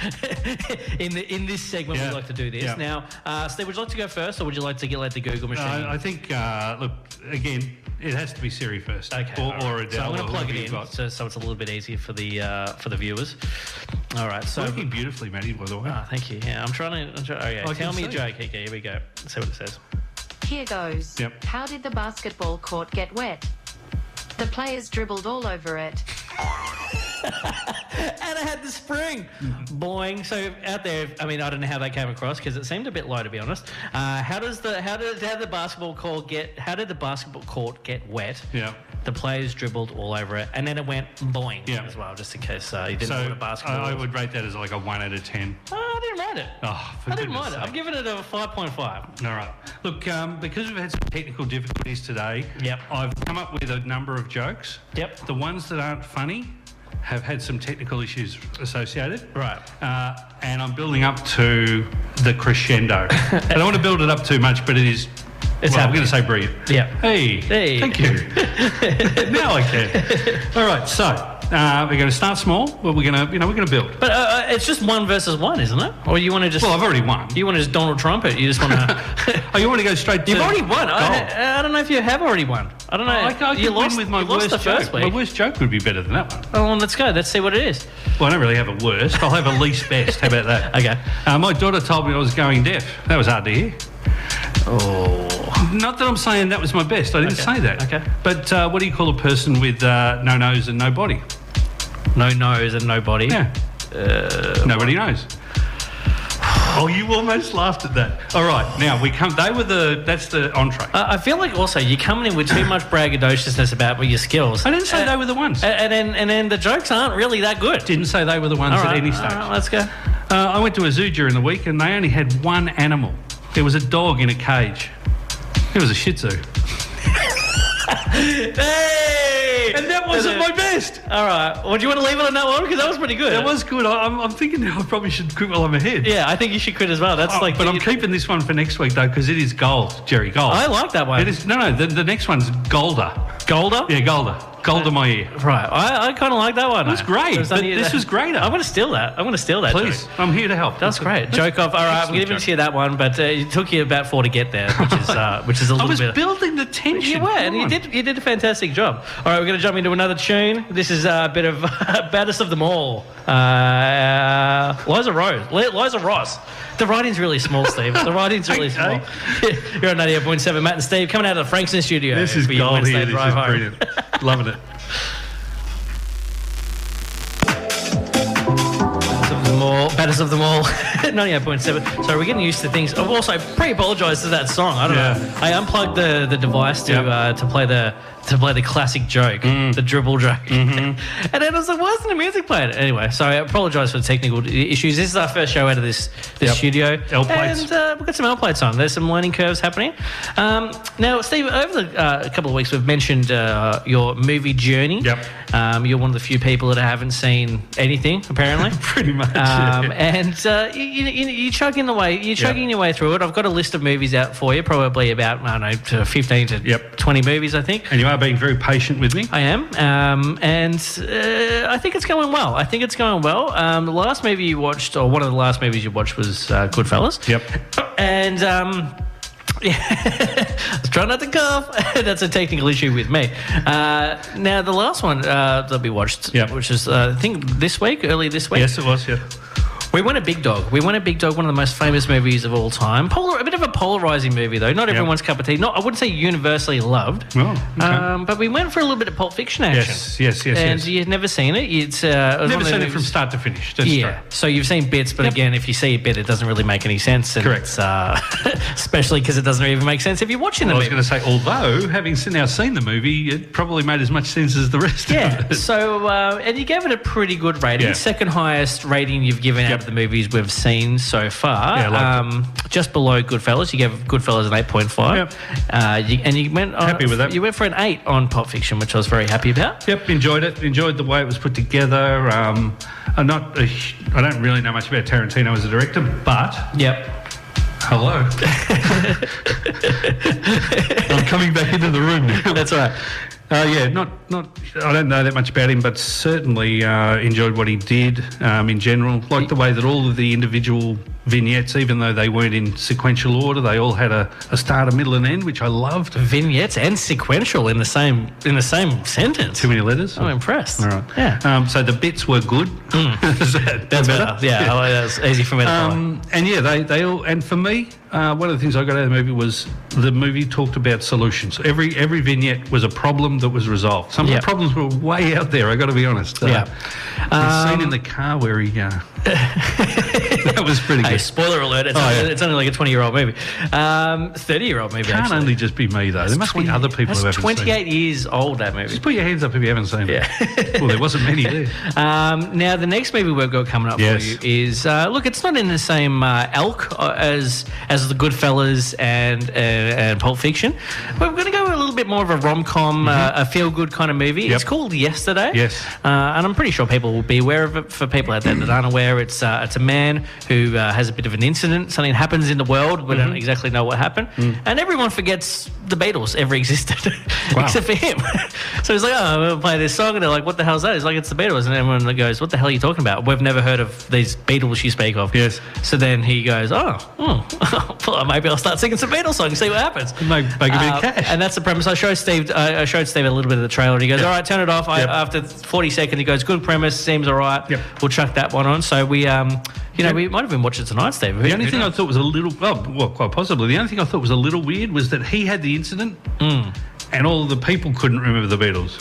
S1: in the, in this segment.
S2: Yeah.
S1: We like to do this.
S2: Yeah.
S1: Now, uh, Steve, would you like to go first, or would you like to get let the Google machine?
S2: I, I think, uh, look, again, it has to be Siri first.
S1: Okay.
S2: Or,
S1: all
S2: or
S1: right.
S2: Adele.
S1: So I'm
S2: or
S1: going to plug
S2: whoever
S1: it
S2: you've
S1: in,
S2: got.
S1: so, so it's a little bit easier for the uh, for the viewers. All right. So.
S2: Working beautifully, Maddie, by the way.
S1: Ah, thank you. Yeah, I'm trying to. I'm trying, okay,
S2: I
S1: tell
S2: can
S1: me a
S2: see.
S1: joke. Okay, here we go. Let's see what it says.
S4: Here goes.
S2: Yep.
S4: How did the basketball court get wet? The players dribbled all over it.
S1: And I had the spring. Boing. So out there, I mean, I don't know how that came across because it seemed a bit low, to be honest. Uh, how does the how did how did the basketball court get how did the basketball court get wet?
S2: Yeah.
S1: The players dribbled all over it, and then it went boing
S2: Yeah.
S1: as well, just in case uh, you didn't
S2: So
S1: know what a
S2: I,
S1: basketball.
S2: I
S1: was.
S2: would rate that as like a 1 out of 10.
S1: Oh, I didn't mind it.
S2: Oh, for
S1: I didn't
S2: goodness
S1: mind it.
S2: sake.
S1: I'm giving it a five point five.
S2: All right. Look, um, because we've had some technical difficulties today,
S1: Yep.
S2: I've come up with a number of jokes.
S1: Yep.
S2: The ones that aren't funny have had some technical issues associated.
S1: Right.
S2: Uh, and I'm building up to the crescendo. I don't want to build it up too much, but it is.
S1: It's
S2: well, I'm
S1: happening.
S2: going to say brilliant.
S1: Yeah.
S2: Hey.
S1: Hey.
S2: Thank you. now I can. All right. So uh, we're going to start small, but we're going to, you know, we're going to build.
S1: But uh, uh, it's just one versus one, isn't it? Or you want to just
S2: Well, I've already won.
S1: you want to just Donald Trump it? You just want to.
S2: oh, you want to go straight?
S1: You've
S2: to
S1: already won.
S2: gold?
S1: I, I don't know if you have already won. I don't know.
S2: Oh, I, I
S1: you
S2: could
S1: lost
S2: win with my
S1: you
S2: worst
S1: lost the first
S2: joke. My
S1: week.
S2: worst joke would be better than that one.
S1: Oh, well, let's go. Let's see what it is.
S2: Well, I don't really have a worst. I'll have a least best. How about that?
S1: Okay.
S2: Uh, my daughter told me I was going deaf. That was hard to hear. Oh. Not that I'm saying that was my best. I didn't
S1: Okay.
S2: say that.
S1: Okay.
S2: But uh, what do you call a person with uh, no nose and no body?
S1: No nose and no body.
S2: Yeah.
S1: Uh,
S2: Nobody knows. Oh, you almost laughed at that. All right. Now we come. They were the. That's the entree.
S1: I I feel like also you're coming in with too much braggadociousness about your skills.
S2: I didn't say
S1: Uh,
S2: they were the ones.
S1: a- And then and then the jokes aren't really that good.
S2: didn't say they were the ones
S1: All right,
S2: at any
S1: all
S2: stage.
S1: right, let's go.
S2: Uh, I went to a zoo during the week and they only had one animal. There was a dog in a cage. It was a Shih Tzu.
S1: Hey!
S2: And that wasn't my best.
S1: All right. Well, do you want to leave it on that one? Because that was pretty good.
S2: That was good. I, I'm, I'm thinking now I probably should quit while I'm ahead.
S1: Yeah, I think you should quit as well. That's
S2: Oh,
S1: like.
S2: but
S1: the-
S2: I'm keeping this one for next week though because it is gold, Jerry. Gold.
S1: I like that one.
S2: It is no, no. The, the next one's Golder.
S1: Golder.
S2: Yeah, Golder. Golder my ear.
S1: Right. I, I kind of like that one.
S2: That's great,
S1: There's nothing
S2: but
S1: to-
S2: this was greater.
S1: I'm going to steal that. I'm going to steal that.
S2: Please,
S1: Joey.
S2: I'm here to help.
S1: That's great. Joke off. All right, I'm
S2: Excellent
S1: giving
S2: joke.
S1: to you that one, but uh, it took you about four to get there, which is uh, which is a
S2: I
S1: little
S2: was
S1: bit.
S2: building the tension.
S1: You were, and
S2: Come
S1: you
S2: on.
S1: did. You did a fantastic job. All right, we're going to jump into another tune. This is uh, a bit of baddest of them all. Uh, Liza Rose, Li- Liza Ross. The writing's really small, Steve. The writing's really
S2: Okay.
S1: small. You're on 98.7, Matt and Steve, coming out of the Frankston studio.
S2: This is
S1: for your
S2: gold
S1: Wednesday
S2: here. This
S1: drive
S2: is
S1: home.
S2: brilliant. Loving it.
S1: Baddest of them all. Baddest of them all. 98.7. Sorry, we're getting used to things. I've also pre apologized to that song. I don't
S2: Yeah.
S1: know. I unplugged the, the device to
S2: Yep.
S1: uh, to play the to play the classic joke,
S2: Mm.
S1: the dribble joke.
S2: Mm-hmm.
S1: and then I was like, why isn't the music played? Anyway, sorry, I apologize for the technical i- issues. This is our first show out of this this
S2: Yep.
S1: studio.
S2: L plates.
S1: And uh, we've got some L plates on. There's some learning curves happening. Um, now, Steve, over the uh, couple of weeks, we've mentioned uh, your movie journey.
S2: Yep.
S1: Um, you're one of the few people that haven't seen anything, apparently.
S2: Pretty
S1: Um,
S2: much. yeah.
S1: and uh, you, you, you- you're chugging the way, you're
S2: Yeah.
S1: chugging your way through it. I've got a list of movies out for you, probably about I don't know, to 15 to
S2: Yep.
S1: 20 movies, I think.
S2: And you are being very patient with me.
S1: I am, um, and uh, I think it's going well. I think it's going well. Um, the last movie you watched, or one of the last movies you watched, was uh, Goodfellas.
S2: Yep.
S1: And um, I was trying not to cough. That's a technical issue with me. Uh, now the last one uh, that we watched,
S2: Yep.
S1: which is uh, I think this week, early this week.
S2: Yes, it was. Yeah.
S1: We want a big dog. We want a big dog. One of the most famous movies of all time. Polar, a bit of a polarizing movie though. Not everyone's cup of tea. Not, I wouldn't say universally loved.
S2: Oh, okay.
S1: um, but we went for a little bit of Pulp Fiction action.
S2: Yes, yes, yes,
S1: And
S2: yes.
S1: you've never seen it. It's uh, one of
S2: Never
S1: the
S2: seen it
S1: movies-
S2: from start to finish. That's
S1: yeah,
S2: right.
S1: so you've seen bits, but again, if you see a bit, it doesn't really make any sense. And
S2: Correct.
S1: it's, Uh, especially because it doesn't even make sense if you're watching the
S2: Well, I
S1: movie.
S2: was going to say, although having s- now seen the movie, it probably made as much sense as the rest
S1: Yeah.
S2: of it.
S1: So, uh, and you gave it a pretty good rating.
S2: Yeah.
S1: Second highest rating you've given out
S2: Yep.
S1: of the movies we've seen so far. Um,
S2: Yeah, I liked
S1: just below Goodfellas, you gave Goodfellas an eight point five.
S2: Yep.
S1: Uh, you, and you went on,
S2: Happy with that.
S1: You went for an eight on Pop Fiction, which I was very happy about.
S2: Yep, enjoyed it. Enjoyed the way it was put together. Um, I'm not. A, hu- I don't really know much about Tarantino as a director, but
S1: Yep.
S2: hello. I'm coming back into the room now.
S1: That's all right.
S2: Uh, yeah, not not. I don't know that much about him, but certainly uh, enjoyed what he did um, in general. Like the way that all of the individual vignettes, even though they weren't in sequential order, they all had a, a start, a middle, and end, which I loved.
S1: Vignettes and sequential in the same in the same sentence.
S2: Too many letters.
S1: I'm impressed.
S2: All right.
S1: Oh, Yeah.
S2: Um, so the bits were good. Is that-
S1: That's better. Yeah, I like that. It's easy for me to follow.
S2: Um, and yeah, they, they all and for me, uh, one of the things I got out of the movie was the movie talked about solutions. Every every vignette was a problem that was resolved. Some of
S1: Yeah.
S2: the problems were way out there. I got to be honest. Uh,
S1: Yeah. Um,
S2: the scene in the car where he uh, that was pretty
S1: Hey,
S2: good.
S1: spoiler alert! It's,
S2: Oh,
S1: only,
S2: yeah.
S1: it's only like a twenty-year-old movie, um, thirty-year-old movie.
S2: Can't
S1: actually.
S2: only just be me though. There must be other people
S1: That's
S2: who haven't seen. it.
S1: twenty-eight years old. That movie.
S2: Just put your hands up if you haven't seen
S1: Yeah.
S2: it. well, there wasn't many there.
S1: Um, now, the next movie we've got coming up
S2: Yes.
S1: for you is uh, look, it's not in the same uh, elk uh, as as the Goodfellas and uh, and Pulp Fiction. But we're going to go a little bit more of a rom com, uh, a feel good kind of movie. It's
S2: Mm-hmm. Yep.
S1: called Yesterday.
S2: Yes.
S1: uh, and I'm pretty sure people will be aware of it. For people out there that aren't aware, it's uh, it's a man who uh, has a bit of an incident. Something happens in the world. We
S2: Mm-hmm.
S1: don't exactly know what happened,
S2: Mm.
S1: and everyone forgets the Beatles ever existed,
S2: Wow.
S1: except for him. so he's like, oh, we'll play this song. And they're like, what the hell's that? He's like, it's the Beatles. And everyone goes, what the hell are you talking about? We've never heard of these Beatles you speak of.
S2: Yes.
S1: So then he goes, oh, hmm, well, maybe I'll start singing some Beatles songs, see what happens.
S2: Make, make a bit
S1: Uh,
S2: of cash.
S1: And that's the premise. I showed Steve. uh, I I showed Steve a little bit of the trailer. and He goes, "All right, turn it off." I,
S2: Yep.
S1: After 40 seconds, he goes, "Good premise, seems all right."
S2: Yep.
S1: We'll chuck that one on. So we, um, you know, we might have been watching tonight, Steve.
S2: The only thing I thought was a little, well, well, quite possibly, the only thing I thought was a little weird was that he had the incident
S1: Hmm.
S2: and all of the people couldn't remember the Beatles.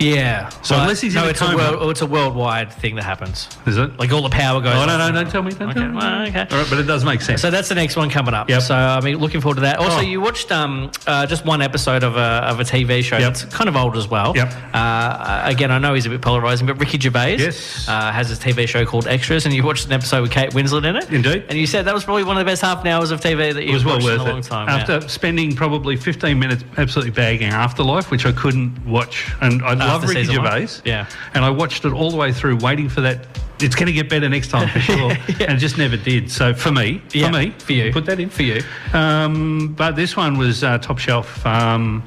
S1: yeah.
S2: So unless he's
S1: no,
S2: in a
S1: it's a
S2: coma-
S1: world, it's a worldwide thing that happens.
S2: Is it?
S1: Like all the power goes.
S2: oh,
S1: off.
S2: no, no, don't tell me. Don't tell
S1: Okay,
S2: me.
S1: well, okay.
S2: All right, but it does make sense.
S1: So that's the next one coming up.
S2: Yep.
S1: So I mean, looking forward to that. Also,
S2: Oh.
S1: you watched um, uh, just one episode of a, of a TV show
S2: Yep.
S1: that's kind of old as well.
S2: Yep.
S1: Uh, again, I know he's a bit polarizing, but Ricky Gervais
S2: Yes.
S1: uh, has his TV show called Extras, and you watched an episode with Kate Winslet in it.
S2: Indeed.
S1: And you said that was probably one of the best half an hours of TV that
S2: it
S1: you've
S2: was well
S1: watched
S2: worth
S1: in a long
S2: it.
S1: time. yeah.
S2: After spending probably 15 minutes absolutely bagging Afterlife, which I couldn't watch. And I love Ricky
S1: season one?
S2: Gervais.
S1: Yeah.
S2: And I watched it all the way through, waiting for that. It's going to get better next time for sure. And it just never did. So for me,
S1: Yeah,
S2: for me,
S1: for you.
S2: Put that in for you. Um, but this one was uh, top shelf. Um,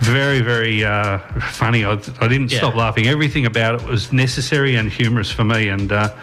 S2: very, very uh, funny. I, I didn't
S1: Yeah.
S2: stop laughing. Everything about it was necessary and humorous for me. And uh,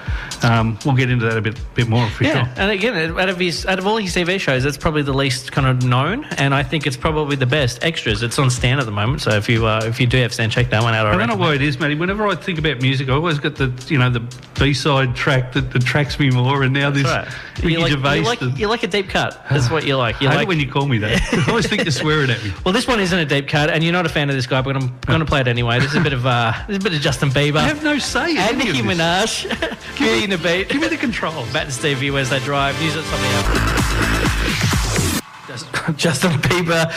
S2: um, we'll get into that a bit, bit more for
S1: Yeah,
S2: sure.
S1: and again, out of his, out of all his TV shows, that's probably the least kind of known, and I think it's probably the best. Extras, it's on Stan at the moment, so if you uh, if you do have Stan, check that one out. I
S2: I don't know
S1: reckon.
S2: why it is, Matty. Whenever I think about music, I always get the you know the B side track that attracts me more, and now this
S1: That's right.
S2: Ricky
S1: You like,
S2: Gervais.
S1: you, like,
S2: that-
S1: you like a deep cut. That's what you like. You
S2: I hate
S1: like
S2: it when you call me that. I always think you're swearing at me.
S1: Well, this one isn't a deep cut, and you're not a fan of this guy, but I'm going to play it anyway. This is a bit of uh, this is a bit of Justin Bieber
S2: I have no say. in
S1: and
S2: any
S1: Nicki
S2: of this.
S1: Minaj. Beauty and the Beat.
S2: Give me the controls.
S1: Matt and Stevie, where's that drive? News at something else. Just- Justin Bieber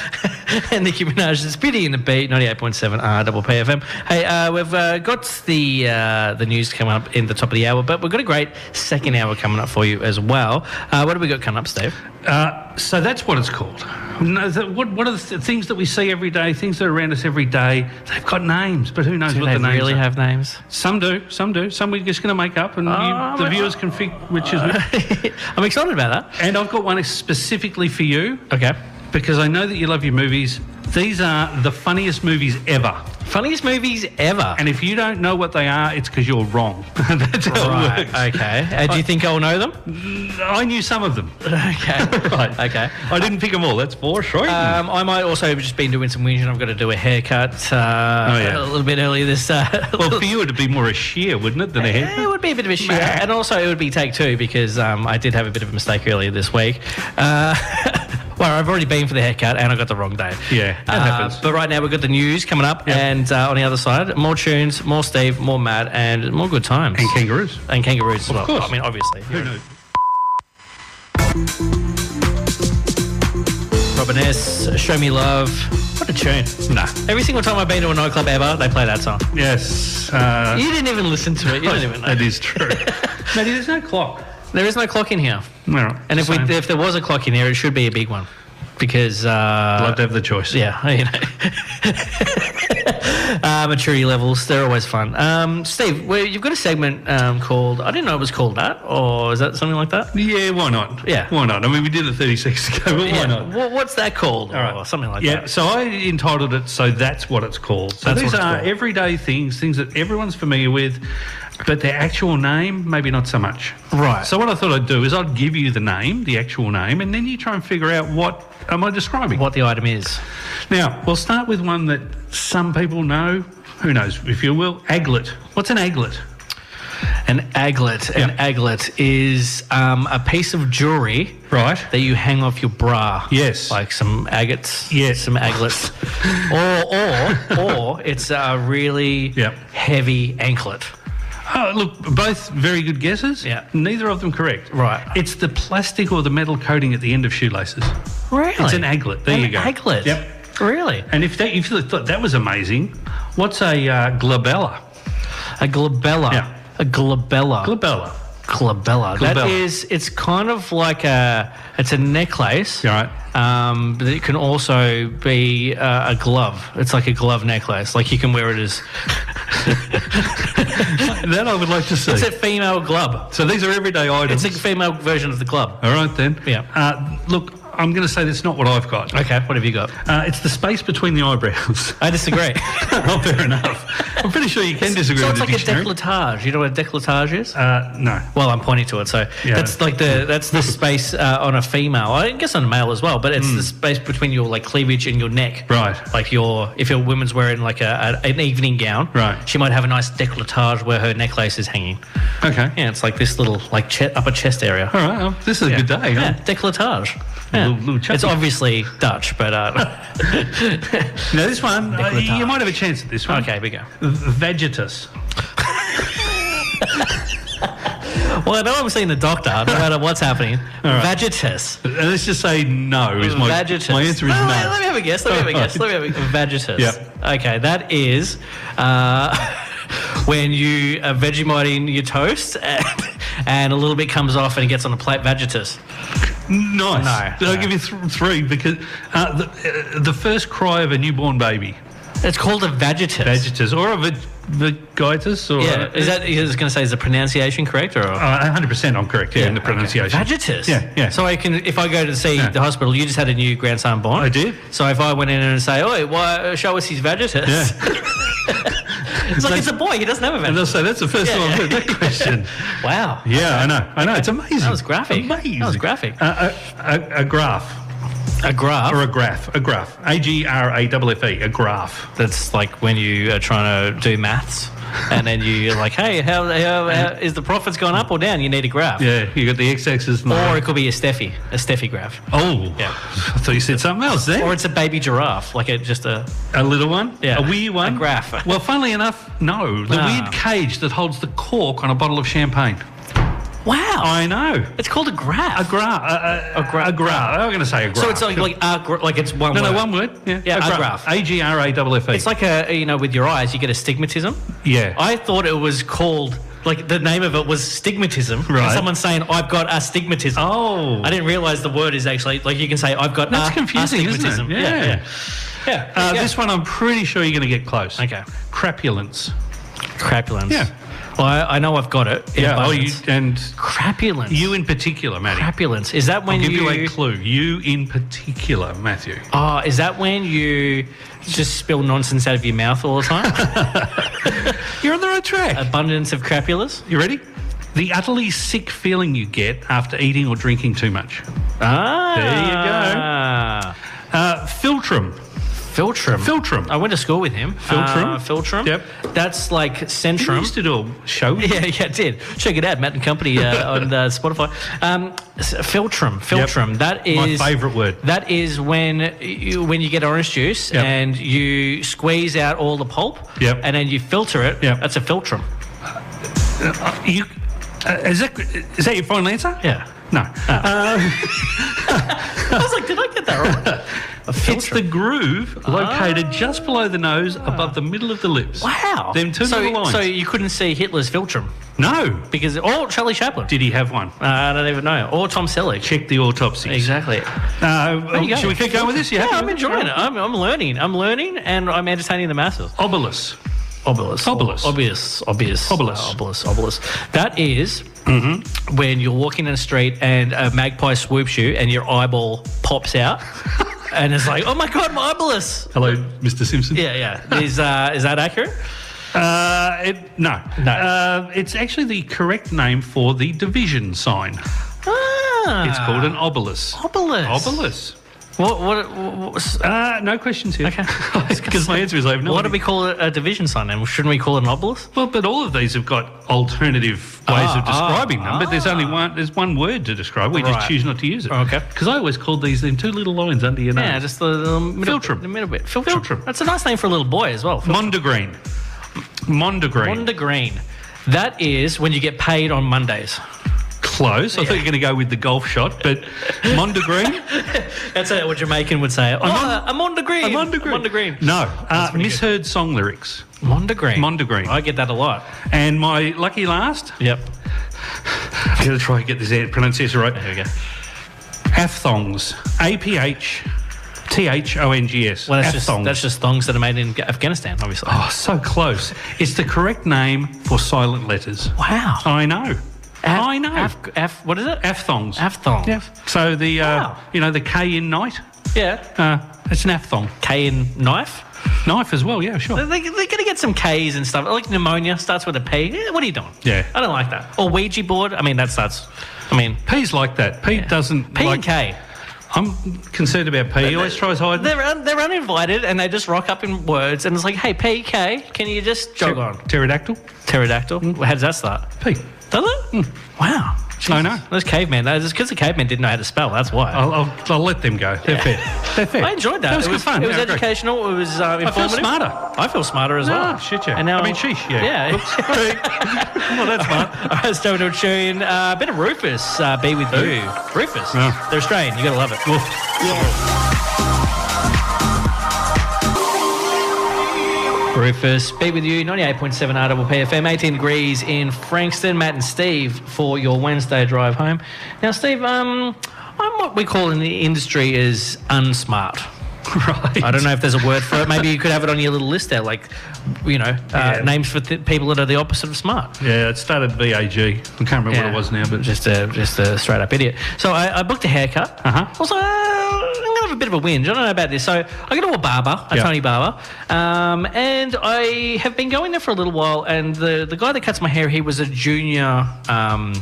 S1: and Nicki Minaj. It's Beauty and the Beat, 98.7 R double PFM. Hey, uh, we've uh, got the uh, the news coming up in the top of the hour, but we've got a great second hour coming up for you as well. Uh, what have we got coming up, Steve?
S2: Uh, so that's what it's called. No, the, what, what are the th- things that we see every day? Things that are around us every day. They've got names, but who knows
S1: Do
S2: what
S1: they
S2: the names
S1: really
S2: are?
S1: have names?
S2: Some do, some do. Some we're just going to make up, and
S1: Oh,
S2: you, the
S1: well, uh,
S2: viewers can fig which is which.
S1: I'm excited about that.
S2: And I've got one specifically for you.
S1: Okay.
S2: because I know that you love your movies. These are the funniest movies ever.
S1: Funniest movies ever.
S2: And if you don't know what they are, it's because you're wrong. That's how it
S1: Right.
S2: works.
S1: Okay. Uh, do you think I'll know them?
S2: I knew some of them.
S1: Okay.
S2: Right.
S1: Okay.
S2: I didn't pick them all. That's for sure.
S1: Um, I might also have just been doing some whinging. I've got to do a haircut uh,
S2: Oh, yeah.
S1: a little bit earlier this. Uh,
S2: well, for you, it'd be more a sheer, wouldn't it, than a
S1: Yeah, it
S2: haircut?
S1: would be a bit of a shit. And also, it would be take two because um, I did have a bit of a mistake earlier this week. Uh, well, I've already been for the haircut and I got the wrong day.
S2: Yeah, that
S1: Uh,
S2: happens.
S1: But right now, we've got the news coming up.
S2: Yep.
S1: And uh, on the other side, more tunes, more Steve, more Matt, and more good times.
S2: And kangaroos.
S1: And kangaroos as well.
S2: course.
S1: I mean, obviously.
S2: Who knows?
S1: Robin S., Show Me Love. What a tune.
S2: Nah.
S1: Every single time I've been to a nightclub ever, they play that song.
S2: Yes. Uh,
S1: You didn't even listen to it. You don't even know.
S2: that is true. Matty, there's no clock.
S1: There is no clock in here.
S2: No.
S1: And if, we,
S2: I'd
S1: if there was a clock in here, it should be a big one. Because. Uh,
S2: love to have the choice.
S1: Yeah, you know. uh, maturity levels, they're always fun. Um, Steve, well, you've got a segment um, called, I didn't know it was called that, or is that something like that?
S2: Yeah, why not?
S1: Yeah.
S2: Why not? I mean, we did it 30 seconds ago, but why
S1: Yeah.
S2: not?
S1: Wha- What's that called?
S2: All right.
S1: Or something like
S2: yeah,
S1: that.
S2: so I entitled it So That's What It's Called. So
S1: That's
S2: these
S1: what it's
S2: are
S1: called.
S2: everyday things, things that everyone's familiar with, but their actual name, maybe not so much.
S1: Right.
S2: So what I thought I'd do is I'd give you the name, the actual name, and then you try and figure out what am I describing.
S1: What the item is.
S2: Now, we'll start with one that some people know. Who knows, if you will, aglet. What's an aglet?
S1: An aglet. An aglet is um, a piece of jewelry
S2: Right.
S1: that you hang off your bra.
S2: Yes.
S1: Like some agates.
S2: Yes.
S1: Some aglets. or or or it's a really
S2: Yep.
S1: heavy anklet.
S2: Oh, look, both very good guesses.
S1: Yeah.
S2: Neither of them correct.
S1: Right.
S2: It's the plastic or the metal coating at the end of shoelaces.
S1: Really?
S2: It's an aglet. There
S1: an
S2: you go.
S1: Aglet.
S2: Yep.
S1: Really?
S2: And if that, if you thought that was amazing, what's a uh, glabella?
S1: A glabella.
S2: Yeah.
S1: A glabella.
S2: Glabella.
S1: glabella. That
S2: Glabella.
S1: is it's kind of like a it's a necklace.
S2: You're right.
S1: Um, but it can also be uh, a glove. It's like a glove necklace. Like you can wear it as
S2: That I would like to see.
S1: it's a female glove.
S2: so these are everyday items.
S1: It's a female version of the glove.
S2: All right then.
S1: Yeah.
S2: Uh, look, I'm going to say that's not what I've got.
S1: Okay, what have you got?
S2: Uh, it's the space between the eyebrows.
S1: I disagree.
S2: oh, fair enough. I'm pretty sure you can disagree
S1: so
S2: with
S1: it's
S2: the
S1: like a
S2: dictionary.
S1: décolletage. You know what a décolletage is?
S2: uh, no.
S1: Well, I'm pointing to it, so
S2: Yeah.
S1: that's like the that's the space uh, on a female. I guess on a male as well, but it's the space between your like cleavage and your neck.
S2: Right.
S1: Like your if your woman's wearing like a, a an evening gown,
S2: Right.
S1: She might have a nice décolletage where her necklace is hanging.
S2: Okay.
S1: Yeah, it's like this little like che- upper chest area.
S2: All right. well, this is a good day.
S1: Yeah,
S2: huh?
S1: décolletage. Yeah.
S2: Little- little
S1: it's
S2: chubby.
S1: obviously Dutch, but uh,
S2: Now this one, uh,
S1: Décolletage.
S2: you might have a chance at this one.
S1: okay, we go.
S2: V- Vegetus.
S1: Well, I know I'm seeing the doctor, no matter what's happening. Vagitus.
S2: Uh, Let's just say no is my
S1: Vagitus.
S2: my answer is
S1: No, Oh,
S2: no.
S1: Let, let me have a guess. Let me have a guess. Let me have a Vagitus.
S2: Yep.
S1: Okay, that is uh, when you are Vegemite in your toast and and a little bit comes off and it gets on a plate vagitus.
S2: Nice.
S1: No,
S2: I'll
S1: no.
S2: give you th- three because uh, the, uh, the first cry of a newborn baby,
S1: It's called a vagitus.
S2: vagitus or a vag- vagitis or
S1: yeah, is that I was going to say is the pronunciation correct or?
S2: Uh, 100% I'm correct, yeah, in the pronunciation.
S1: Vagitus.
S2: Yeah, yeah.
S1: So I can, if I go to see the hospital, you just had a new grandson born.
S2: I did.
S1: So if I went in and say, "Oi, why show us his vagitus?"
S2: Yeah.
S1: it's like it's a boy. He doesn't have a
S2: And
S1: vagitus.
S2: they'll say, that's the first
S1: Yeah,
S2: time I've heard
S1: yeah.
S2: that question.
S1: Wow.
S2: Yeah, I know. I know. It's amazing.
S1: That was graphic.
S2: Amazing.
S1: That was graphic.
S2: Uh, a, a, a graph
S1: A graph.
S2: or a graph. A graph. A G R A F F E. A graph.
S1: That's like when you are trying to do maths, and then you're like, "Hey, how, how, how is the profits gone up or down?" You need a graph.
S2: Yeah, you got the x axis. and the-
S1: Or it could be a Steffi, a Steffi graph.
S2: oh,
S1: Yeah.
S2: I thought you said something else
S1: Or
S2: then.
S1: it's a baby giraffe, like a, just a.
S2: A little one.
S1: Yeah.
S2: A wee one.
S1: A graph.
S2: Well, funnily enough, no. The
S1: Ah.
S2: weird cage that holds the cork on a bottle of champagne.
S1: Wow.
S2: I know.
S1: it's called a graph.
S2: A graph. A, a,
S1: A gra-
S2: uh, A graph. I'm going to say a graph.
S1: So it's like like, a, gra- like it's one.
S2: No, no,
S1: word.
S2: one word. Yeah,
S1: Yeah, a graph.
S2: A G R A F F E.
S1: It's like a you know with your eyes you get astigmatism.
S2: Yeah.
S1: I thought it was called like the name of it was stigmatism. and
S2: Right.
S1: Someone saying I've got astigmatism.
S2: oh.
S1: I didn't realize the word is actually like you can say I've got
S2: That's
S1: a-
S2: confusing, isn't it?
S1: astigmatism. Yeah. yeah. yeah.
S2: Uh,
S1: yeah.
S2: This one, I'm pretty sure you're going to get close.
S1: Okay.
S2: Crapulence.
S1: crapulence.
S2: Yeah.
S1: Well, I, I know I've got it. in
S2: Oh, you
S1: abundance.
S2: and
S1: crapulence.
S2: you in particular, Matty.
S1: crapulence. Is that when
S2: I'll give
S1: you?
S2: you a clue. You in particular, Matthew.
S1: Oh, is that when you just spill nonsense out of your mouth all the time?
S2: You're on the right track.
S1: Abundance of crapulas.
S2: you ready? The utterly sick feeling you get after eating or drinking too much.
S1: Ah,
S2: Uh, philtrum.
S1: there you go. Filtrum.
S2: Philtrum.
S1: I went to school with him.
S2: Philtrum?
S1: Uh, Philtrum.
S2: Yep.
S1: That's like
S2: We
S1: Centrum.
S2: used to do a show.
S1: Yeah, yeah, it did. Check it out, Matt and Company uh, on uh, Spotify. Um, s- Philtrum, Philtrum. That
S2: My
S1: is
S2: favourite word.
S1: That is when you, when you get orange juice
S2: Yep.
S1: and you squeeze out all the pulp.
S2: Yep.
S1: And then you filter it.
S2: Yep.
S1: That's a Philtrum.
S2: You, uh, is, that, is that your final answer?
S1: Yeah. Uh,
S2: No. Uh,
S1: I was like, did I get that right? A
S2: It's the
S1: Philtrum.
S2: groove
S1: Ah.
S2: located just below the nose, above the middle of the lips.
S1: wow.
S2: Them two
S1: so,
S2: little lines.
S1: so you couldn't see Hitler's Philtrum
S2: no.
S1: because or Charlie Chaplin.
S2: Did he have one?
S1: Uh, I don't even know. Or Tom Selleck.
S2: Check the autopsies.
S1: Exactly.
S2: Uh,
S1: you go.
S2: should we keep going with this? You
S1: Yeah,
S2: happy
S1: I'm
S2: with
S1: enjoying it. I'm, I'm learning. I'm learning, and I'm entertaining the masses.
S2: Obelus.
S1: Obelisk.
S2: Obelisk.
S1: Obvious. Obvious.
S2: Obelisk.
S1: Uh, obelisk. Obelisk. That is mm-hmm, when you're walking in the street and a magpie swoops you and your eyeball pops out. and it's like, oh my God, my obelisk.
S2: Hello, Mr. Simpson.
S1: Yeah, yeah. Is, uh, is that accurate?
S2: Uh, it, no.
S1: No.
S2: Uh, it's actually the correct name for the division sign.
S1: Ah,
S2: It's called an obelus.
S1: obelisk.
S2: Obelus.
S1: What, what, what,
S2: Uh, no questions here.
S1: Okay.
S2: Because my answer is I have no
S1: what do
S2: idea.
S1: we call it a division sign then? Shouldn't we call it an obelisk?
S2: Well, but all of these have got alternative ways
S1: Ah,
S2: of describing
S1: ah,
S2: them. But there's only one. There's one word to describe. We
S1: Right.
S2: just choose not to use it.
S1: Okay.
S2: Because I always called these them two little lines under your nose.
S1: Yeah, just the, the middle
S2: Philtrum.
S1: The middle bit. Filtrum.
S2: Philtrum.
S1: That's a nice name for a little boy as well.
S2: Mondegreen. Mondegreen.
S1: Wonder Green. That is when you get paid on Mondays.
S2: Close. I thought you were going to go with the golf shot, but Mondegreen.
S1: That's how a Jamaican would say it. Oh, I'm on the green.
S2: A
S1: I'm on the green.
S2: No, uh, misheard song lyrics.
S1: Mondegreen.
S2: Mondegreen.
S1: I get that a lot.
S2: And my lucky last.
S1: Yep.
S2: I'm going to try and get this out- pronunciation right.
S1: There we go.
S2: Aphthongs. A P H T H O N G S.
S1: Well, that's just,
S2: Aphthongs.
S1: that's just thongs that are made in Afghanistan, obviously.
S2: Oh, so close. It's the correct name for silent letters.
S1: wow.
S2: I know.
S1: Af-
S2: I know.
S1: Af, Af- what is it?
S2: aphthongs.
S1: Afthong.
S2: Yeah. So the, uh,
S1: Wow.
S2: you know, the K in night,
S1: Yeah.
S2: uh, it's an aphthong.
S1: K in knife.
S2: Knife as well, yeah,
S1: They,
S2: sure.
S1: they're going to get some K's and stuff. Like pneumonia starts with a P. Yeah, What are you doing?
S2: Yeah.
S1: I don't like that. Or Ouija board. I mean, that starts. I mean,
S2: P's like that. P doesn't
S1: P
S2: like...
S1: and K.
S2: I'm concerned about P. He always tries hiding.
S1: They're un- they're uninvited and they just rock up in words and it's like, hey PK, can you just jog
S2: Pter-
S1: on?
S2: Pterodactyl.
S1: Pterodactyl. How does that start?
S2: P. Hmm.
S1: Does it? Wow.
S2: Mm. I know.
S1: Those cavemen. That's because the cavemen didn't know how to spell. That's why.
S2: I'll, I'll, I'll let them go. They're fair. They're fair.
S1: I enjoyed that.
S2: That was
S1: it
S2: good
S1: was
S2: fun.
S1: It was
S2: Yeah, great.
S1: educational. It was um,
S2: I feel
S1: informative.
S2: smarter.
S1: I feel smarter as well.
S2: Oh, shit, yeah.
S1: And now
S2: I mean, sheesh, yeah.
S1: Yeah.
S2: well, that's fun.
S1: All right, so to tune uh, a bit of Rufus. Uh, be with you, Rufus.
S2: Yeah.
S1: They're Australian. You gotta love it.
S3: Yeah.
S1: Rufus, speak with you, 98.7 RWPFM, 18 degrees in Frankston. Matt and Steve for your Wednesday drive home. Now, Steve, um, I'm what we call in the industry is unsmart.
S2: Right.
S1: I don't know if there's a word for it. Maybe you could have it on your little list there, like, you know, uh,
S2: Yeah.
S1: names for th- people that are the opposite of smart.
S2: Yeah, it started BAG. I can't remember what
S1: Yeah.
S2: it was now, but just
S1: Just a just a straight up idiot. So I, I booked a haircut.
S2: Uh-huh.
S1: Also, uh, I'm gonna have a bit of a whinge. I don't know about this. So I go to a barber, a
S2: Yeah.
S1: Tony Barber, um, and I have been going there for a little while. And the the guy that cuts my hair, he was a junior um,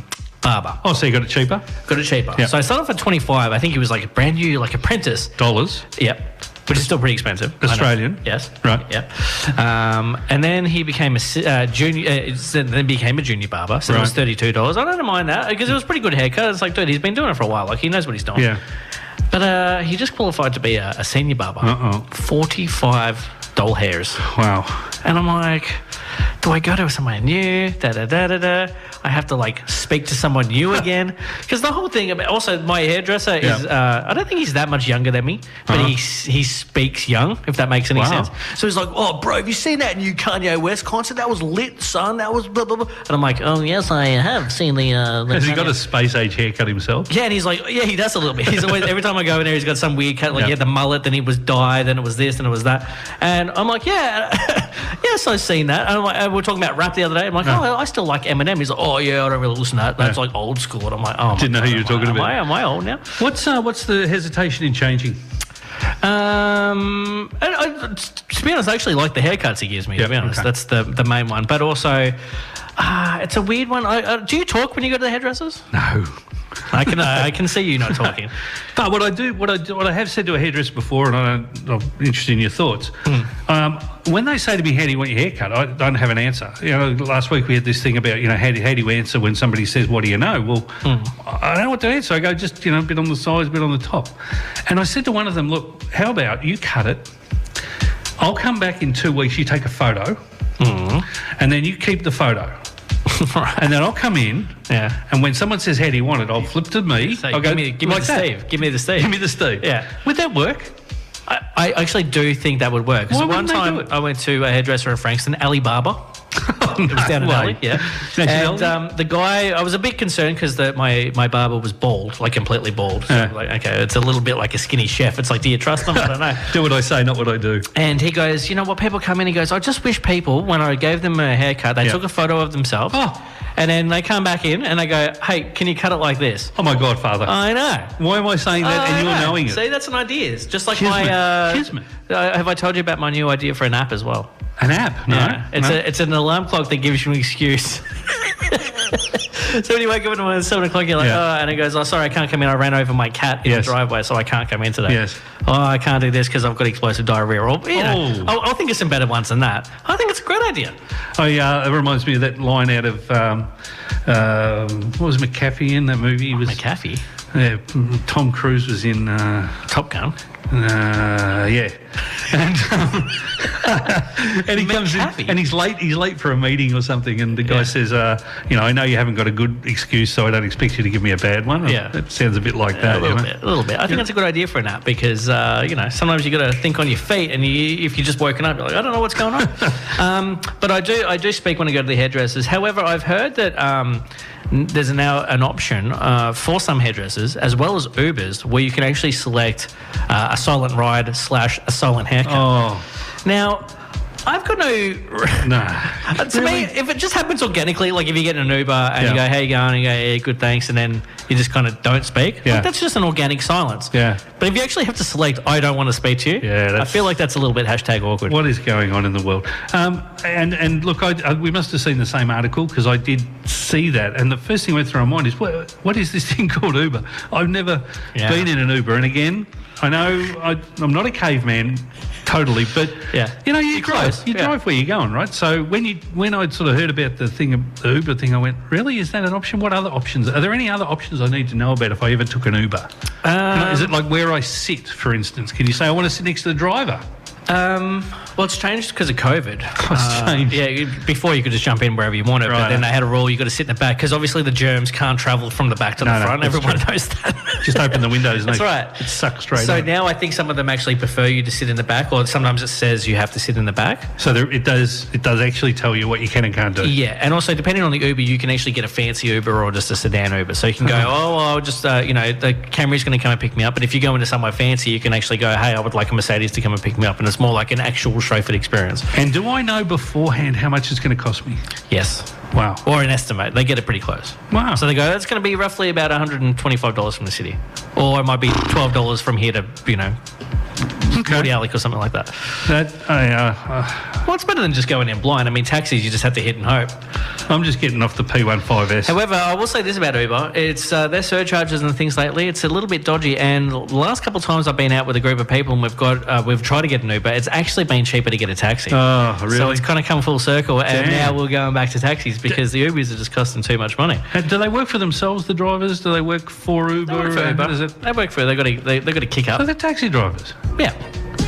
S1: barber.
S2: oh, so you got it cheaper?
S1: Got it cheaper.
S2: Yeah.
S1: So I started off at 25. I think he was like a brand new, like apprentice.
S2: Dollars.
S1: Yep. Which is still pretty expensive. I know.
S2: Australian?
S1: Yes.
S2: Right.
S1: Yep. Um, and then he became a si- uh, junior. Uh, it's- then became a junior barber. So it was
S2: Right.
S1: thirty-two dollars. I don't mind that because it was a pretty good haircut. It's like, dude, he's been doing it for a while. Like he knows what he's doing.
S2: Yeah.
S1: But uh, he just qualified to be a, a senior barber.
S2: Uh-oh.
S1: Forty-five doll hairs.
S2: Wow.
S1: And I'm like, do I go to somewhere new? Da da da da da. I have to like speak to someone new again because the whole thing about also my hairdresser
S2: Yeah.
S1: is uh, I don't think he's that much younger than me, but
S2: Uh-huh.
S1: he he speaks young if that makes any
S2: Wow.
S1: sense. So he's like, oh bro, have you seen that new Kanye West concert? That was lit, son. That was blah blah blah. And I'm like, oh yes, I have seen the. Uh, the
S2: Has he got
S1: Kanye-
S2: a space age haircut himself?
S1: yeah, and he's like, yeah, he does a little bit. He's always every time I go in there, he's got some weird cut. Like
S2: Yeah.
S1: he had the mullet, then he was dye, then it was this, then it was that. And I'm like, yeah, yes, I've seen that. And, I'm like, and we we're talking about rap the other day. I'm like, oh, I still like Eminem. He's like, oh yeah, I don't really listen to that. That's
S2: Yeah.
S1: like old school. And I'm like, oh, my
S2: Didn't know who
S1: God,
S2: you were
S1: am
S2: talking
S1: I-
S2: about.
S1: Am I, am I old now?
S2: What's uh, what's the hesitation in changing?
S1: Um, and I, to be honest, I actually like the haircuts he gives me.
S2: Yeah,
S1: to be honest,
S2: okay.
S1: that's the the main one. But also. Uh, it's a weird one. I, uh, do you talk when you go to the hairdressers?
S2: No.
S1: I can I can see you not talking.
S2: But what I do, what I do, what I have said to a hairdresser before, and I don't, I'm interested in your thoughts. Um, when they say to me, "How do you want your haircut?" I don't have an answer. You know, last week we had this thing about, you know, how do, how do you answer when somebody says, "What do you know?" Well, I I don't know what to answer. I go, just you know, a bit on the sides, a bit on the top. And I said to one of them, "Look, how about you cut it? I'll come back in two weeks. You take a photo, and then you keep the photo."
S1: right.
S2: And then I'll come in,
S1: Yeah.
S2: and when someone says, "How do you want it?" I'll flip to me.
S1: So
S2: I'll
S1: give me, give me
S2: like
S1: the
S2: that.
S1: Steve. Give me the Steve.
S2: Give me the Steve.
S1: Yeah.
S2: Would that work?
S1: I, I actually do think that would work. 'Cause
S2: Why
S1: one
S2: wouldn't they do
S1: time
S2: it?
S1: I went to a hairdresser in Frankston, Ali Barber. it was down in
S2: way.
S1: Alley, yeah.
S2: Is that
S1: and
S2: your
S1: um, the guy, I was a bit concerned because my, my barber was bald, like completely bald. So
S2: Yeah.
S1: like, okay, it's a little bit like a skinny chef. It's like, do you trust them? I don't know.
S2: Do what I say, not what I do.
S1: And he goes, you know what? People come in. He goes, I just wish people, when I gave them a haircut, they
S2: Yeah.
S1: took a photo of themselves,
S2: Oh.
S1: and then they come back in and they go, hey, can you cut it like this?
S2: Oh my God, Father!
S1: I know.
S2: Why am I saying that
S1: Oh, I
S2: and you're
S1: know.
S2: knowing it?
S1: See, that's an idea. It's just like
S2: Kismet.
S1: my. Uh,
S2: Kismet.
S1: uh, have I told you about my new idea for an app as well?
S2: An app? No.
S1: Yeah. It's,
S2: no.
S1: A, it's an alarm clock that gives you an excuse. so when you wake up in the morning at 7 o'clock, you're like, oh,
S2: Yeah.
S1: and it goes, oh, sorry, I can't come in. I ran over my cat in
S2: Yes.
S1: the driveway, so I can't come in today.
S2: Yes.
S1: Oh, I can't do this because I've got explosive diarrhea. Or, you know,
S2: Oh.
S1: I'll, I'll think of some better ones than that. I think it's a great idea.
S2: I, uh, it reminds me of that line out of um, um what was McAfee in that movie? He was
S1: McAfee,
S2: yeah, Tom Cruise was in. Uh,
S1: Top Gun.
S2: Uh, yeah. And, um, and he comes in
S1: McAfee.
S2: and he's late. He's late for a meeting or something, and the guy says, uh, "You know, I know you haven't got a good excuse, so I don't expect you to give me a bad one."
S1: Yeah.
S2: it sounds a bit like
S1: A
S2: that.
S1: little
S2: you know?
S1: bit, a little bit. I think that's a good idea for an app because uh, you know sometimes you got to think on your feet, and you, if you're just woken up, you're like, I don't know what's going on. um, but I do, I do speak when I go to the hairdressers. However, I've heard that. Um, n- there's now an option uh, for some hairdressers, as well as Ubers, where you can actually select uh, a silent ride slash a silent haircut.
S2: Oh
S1: Now, I've got no.
S2: no!
S1: Uh, to me, if it just happens organically, like if you get in an Uber and you go,
S2: Yeah.
S1: "How you going?" and you go, "Yeah, good, thanks," and then you just kind of don't speak,
S2: Yeah.
S1: like, that's just an organic silence.
S2: Yeah.
S1: But if you actually have to select, "I don't want to speak to you,"
S2: Yeah,
S1: I
S2: that's-
S1: feel like that's a little bit hashtag awkward.
S2: What is going on in the world? Um, and and look, I, I, we must have seen the same article because I did see that. And the first thing went through my mind is, what, what is this thing called Uber? I've never
S1: Yeah.
S2: been in an Uber. And again, I know I, I'm not a caveman totally, but
S1: Yeah.
S2: you know, you
S1: You're
S2: drive,
S1: close,
S2: you
S1: yeah.
S2: drive where you're going, right? So when you when I'd sort of heard about the thing, of- the Uber thing, I went, really, is that an option? What other options are there? Any other options I need to know about if I
S1: Um,
S2: ever took an Uber? You know, is it like where I sit, for instance? Can you say I want to sit next to the driver?
S1: Um, well, it's changed because of COVID. Uh,
S2: changed.
S1: Yeah, you- before you could just jump in wherever you wanted, but
S2: Right.
S1: then they had a rule you got to sit in the back because obviously the germs can't travel from the back to
S2: No,
S1: the
S2: no,
S1: front.
S2: that's
S1: Everyone
S2: true.
S1: knows that.
S2: Just open the windows.
S1: That's
S2: and
S1: right.
S2: It sucks straight
S1: so
S2: in.
S1: now I think some of them actually prefer you to sit in the back, or sometimes it says you have to sit in the back.
S2: so there, it does. It does actually tell you what you can and can't do.
S1: Yeah, and also depending on the Uber, you can actually get a fancy Uber or just a sedan Uber. So you can go, oh, I'll just, uh, you know, the Camry's going to come and pick me up. But if you go into somewhere fancy, you can actually go, hey, I would like a Mercedes to come and pick me up, and it's more like an actual chauffeured experience.
S2: And do I know beforehand how much it's going to cost me?
S1: Yes,
S2: Wow.
S1: or an estimate. They get it pretty close.
S2: Wow.
S1: So they go, that's going to be roughly about one hundred and twenty-five dollars from the city, or it might be twelve dollars from here to, you know, Morty
S2: okay.
S1: Alec or something like that.
S2: That I, uh, uh,
S1: Well, it's better than just going in blind. I mean, taxis, you just have to hit and hope.
S2: I'm just getting off the P15s.
S1: However, I will say this about Uber: it's uh, their surcharges and things lately. It's a little bit dodgy. And the last couple of times I've been out with a group of people and we've got uh, we've tried to get an Uber, it's actually been cheaper to get a taxi.
S2: oh, really?
S1: So it's kind of come full circle, and
S2: Damn.
S1: now we're going back to taxis because the Ubers are just costing too much money.
S2: And do they work for themselves, the drivers? Do they work for Uber?
S1: They work for
S2: And
S1: Uber.
S2: Is it?
S1: They work for. They got to. They, they got to kick
S2: Are
S1: up.
S2: they taxi drivers?
S1: Yeah,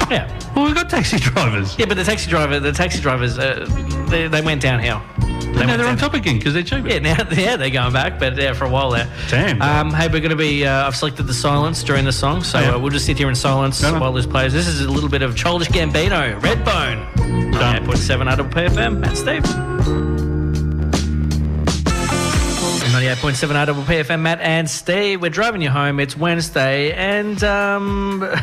S1: yeah,
S2: Well, we've got taxi drivers.
S1: yeah. But the taxi driver, the taxi drivers, uh, they, they went downhill. They went
S2: now they're on
S1: downhill.
S2: top again because they're cheaper.
S1: Yeah, now yeah, they're going back, but yeah, for a while there.
S2: Damn.
S1: Um, hey, we're going to be. Uh, I've selected the silence during the song, so
S2: Yeah.
S1: uh, we'll just sit here in silence
S2: Go on.
S1: while this plays. This is a little bit of Childish Gambino, Redbone.
S2: Done.
S1: 98.7 RPFM, Matt Steve. 98.7 RPFM, Matt and Steve. We're driving you home. It's Wednesday, and um, do you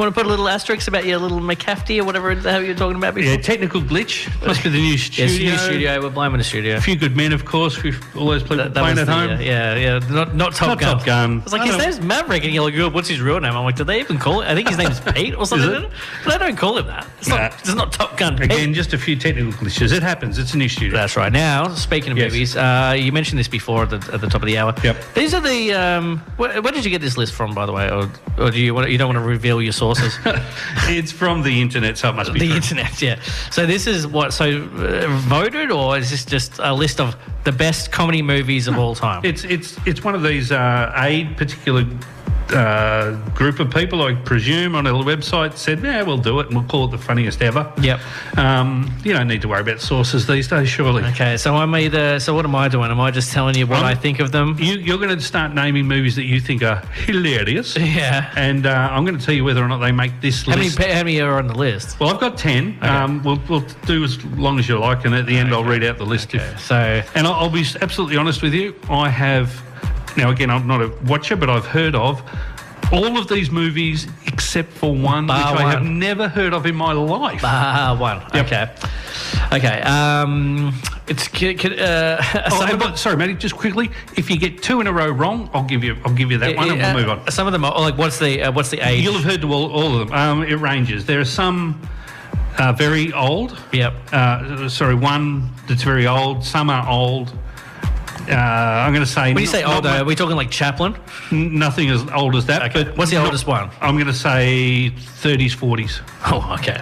S1: want to put a little asterisk about your little McCafty or whatever the hell you were talking about before?
S2: Yeah, technical glitch. Must be the new studio.
S1: Yes, new studio. We're blaming the studio.
S2: A few good men, of course. We've all those people
S1: That, that
S2: playing
S1: was
S2: at
S1: the,
S2: home.
S1: uh, yeah, yeah, not not Top
S2: Not
S1: Gun.
S2: Top Gun.
S1: I was like,
S2: I
S1: his
S2: don't-
S1: name's Maverick, and you're like, "Oh, what's his real name? I'm like, did they even call it? I think his name's Pete or something.
S2: it?
S1: But I don't call him that. It's,
S2: Nah.
S1: not, it's not Top Gun. Pete.
S2: Again, just a few technical glitches. It happens. It's a new studio.
S1: That's right. Now, speaking of
S2: Yes.
S1: movies, uh, you mentioned this before at the, at the top of the hour.
S2: Yep.
S1: These are the. Um, where, where did you get this list from, by the way? Or, or do you want, you don't want to reveal your sources?
S2: it's from the internet, so it must be
S1: the
S2: true.
S1: internet, yeah. So this is what. So uh, voted, or is this just a list of the best comedy movies of all time?
S2: It's it's it's one of these uh, a particular uh, group of people, I presume, on a website said, "Yeah, we'll do it, and we'll call it the funniest ever."
S1: Yep.
S2: Um, you don't need to worry about sources these days, surely.
S1: Okay, so I'm either. So what am I doing? Am I just telling you what
S2: I'm-
S1: I think of them?
S2: You, you're going to start naming movies that you think are hilarious,
S1: Yeah.
S2: and uh, I'm going to tell you whether or not they make this
S1: How many,
S2: list.
S1: pa- how many are on the list?
S2: well, I've got ten. Um, we'll, we'll do as long as you like, and at the end, I'll read out the list. If,
S1: So
S2: And I'll, I'll be absolutely honest with you. I have now again. I'm not a watcher, but I've heard of all of these movies except for one,
S1: Bar
S2: which I have
S1: one.
S2: never heard of in my life.
S1: ah, one. Okay. Okay. Um, it's c- c- uh,
S2: Oh,
S1: some
S2: and
S1: of the-
S2: but- sorry, Matty. Just quickly, if you get two in a row wrong, I'll give you. I'll give you that one, and
S1: uh,
S2: we'll move on.
S1: Some of them are like what's the uh, what's the age?
S2: You'll have heard all, all of them. Um, it ranges. There are some uh, very old.
S1: Yep.
S2: Uh, sorry, one that's very old. Some are old. Uh, I'm going to say.
S1: When you say old, though, are we talking like Chaplin?
S2: Nothing as old as that.
S1: Okay.
S2: But
S1: What's the
S2: not-
S1: oldest one?
S2: I'm going to say 30s, 40s.
S1: Oh, okay.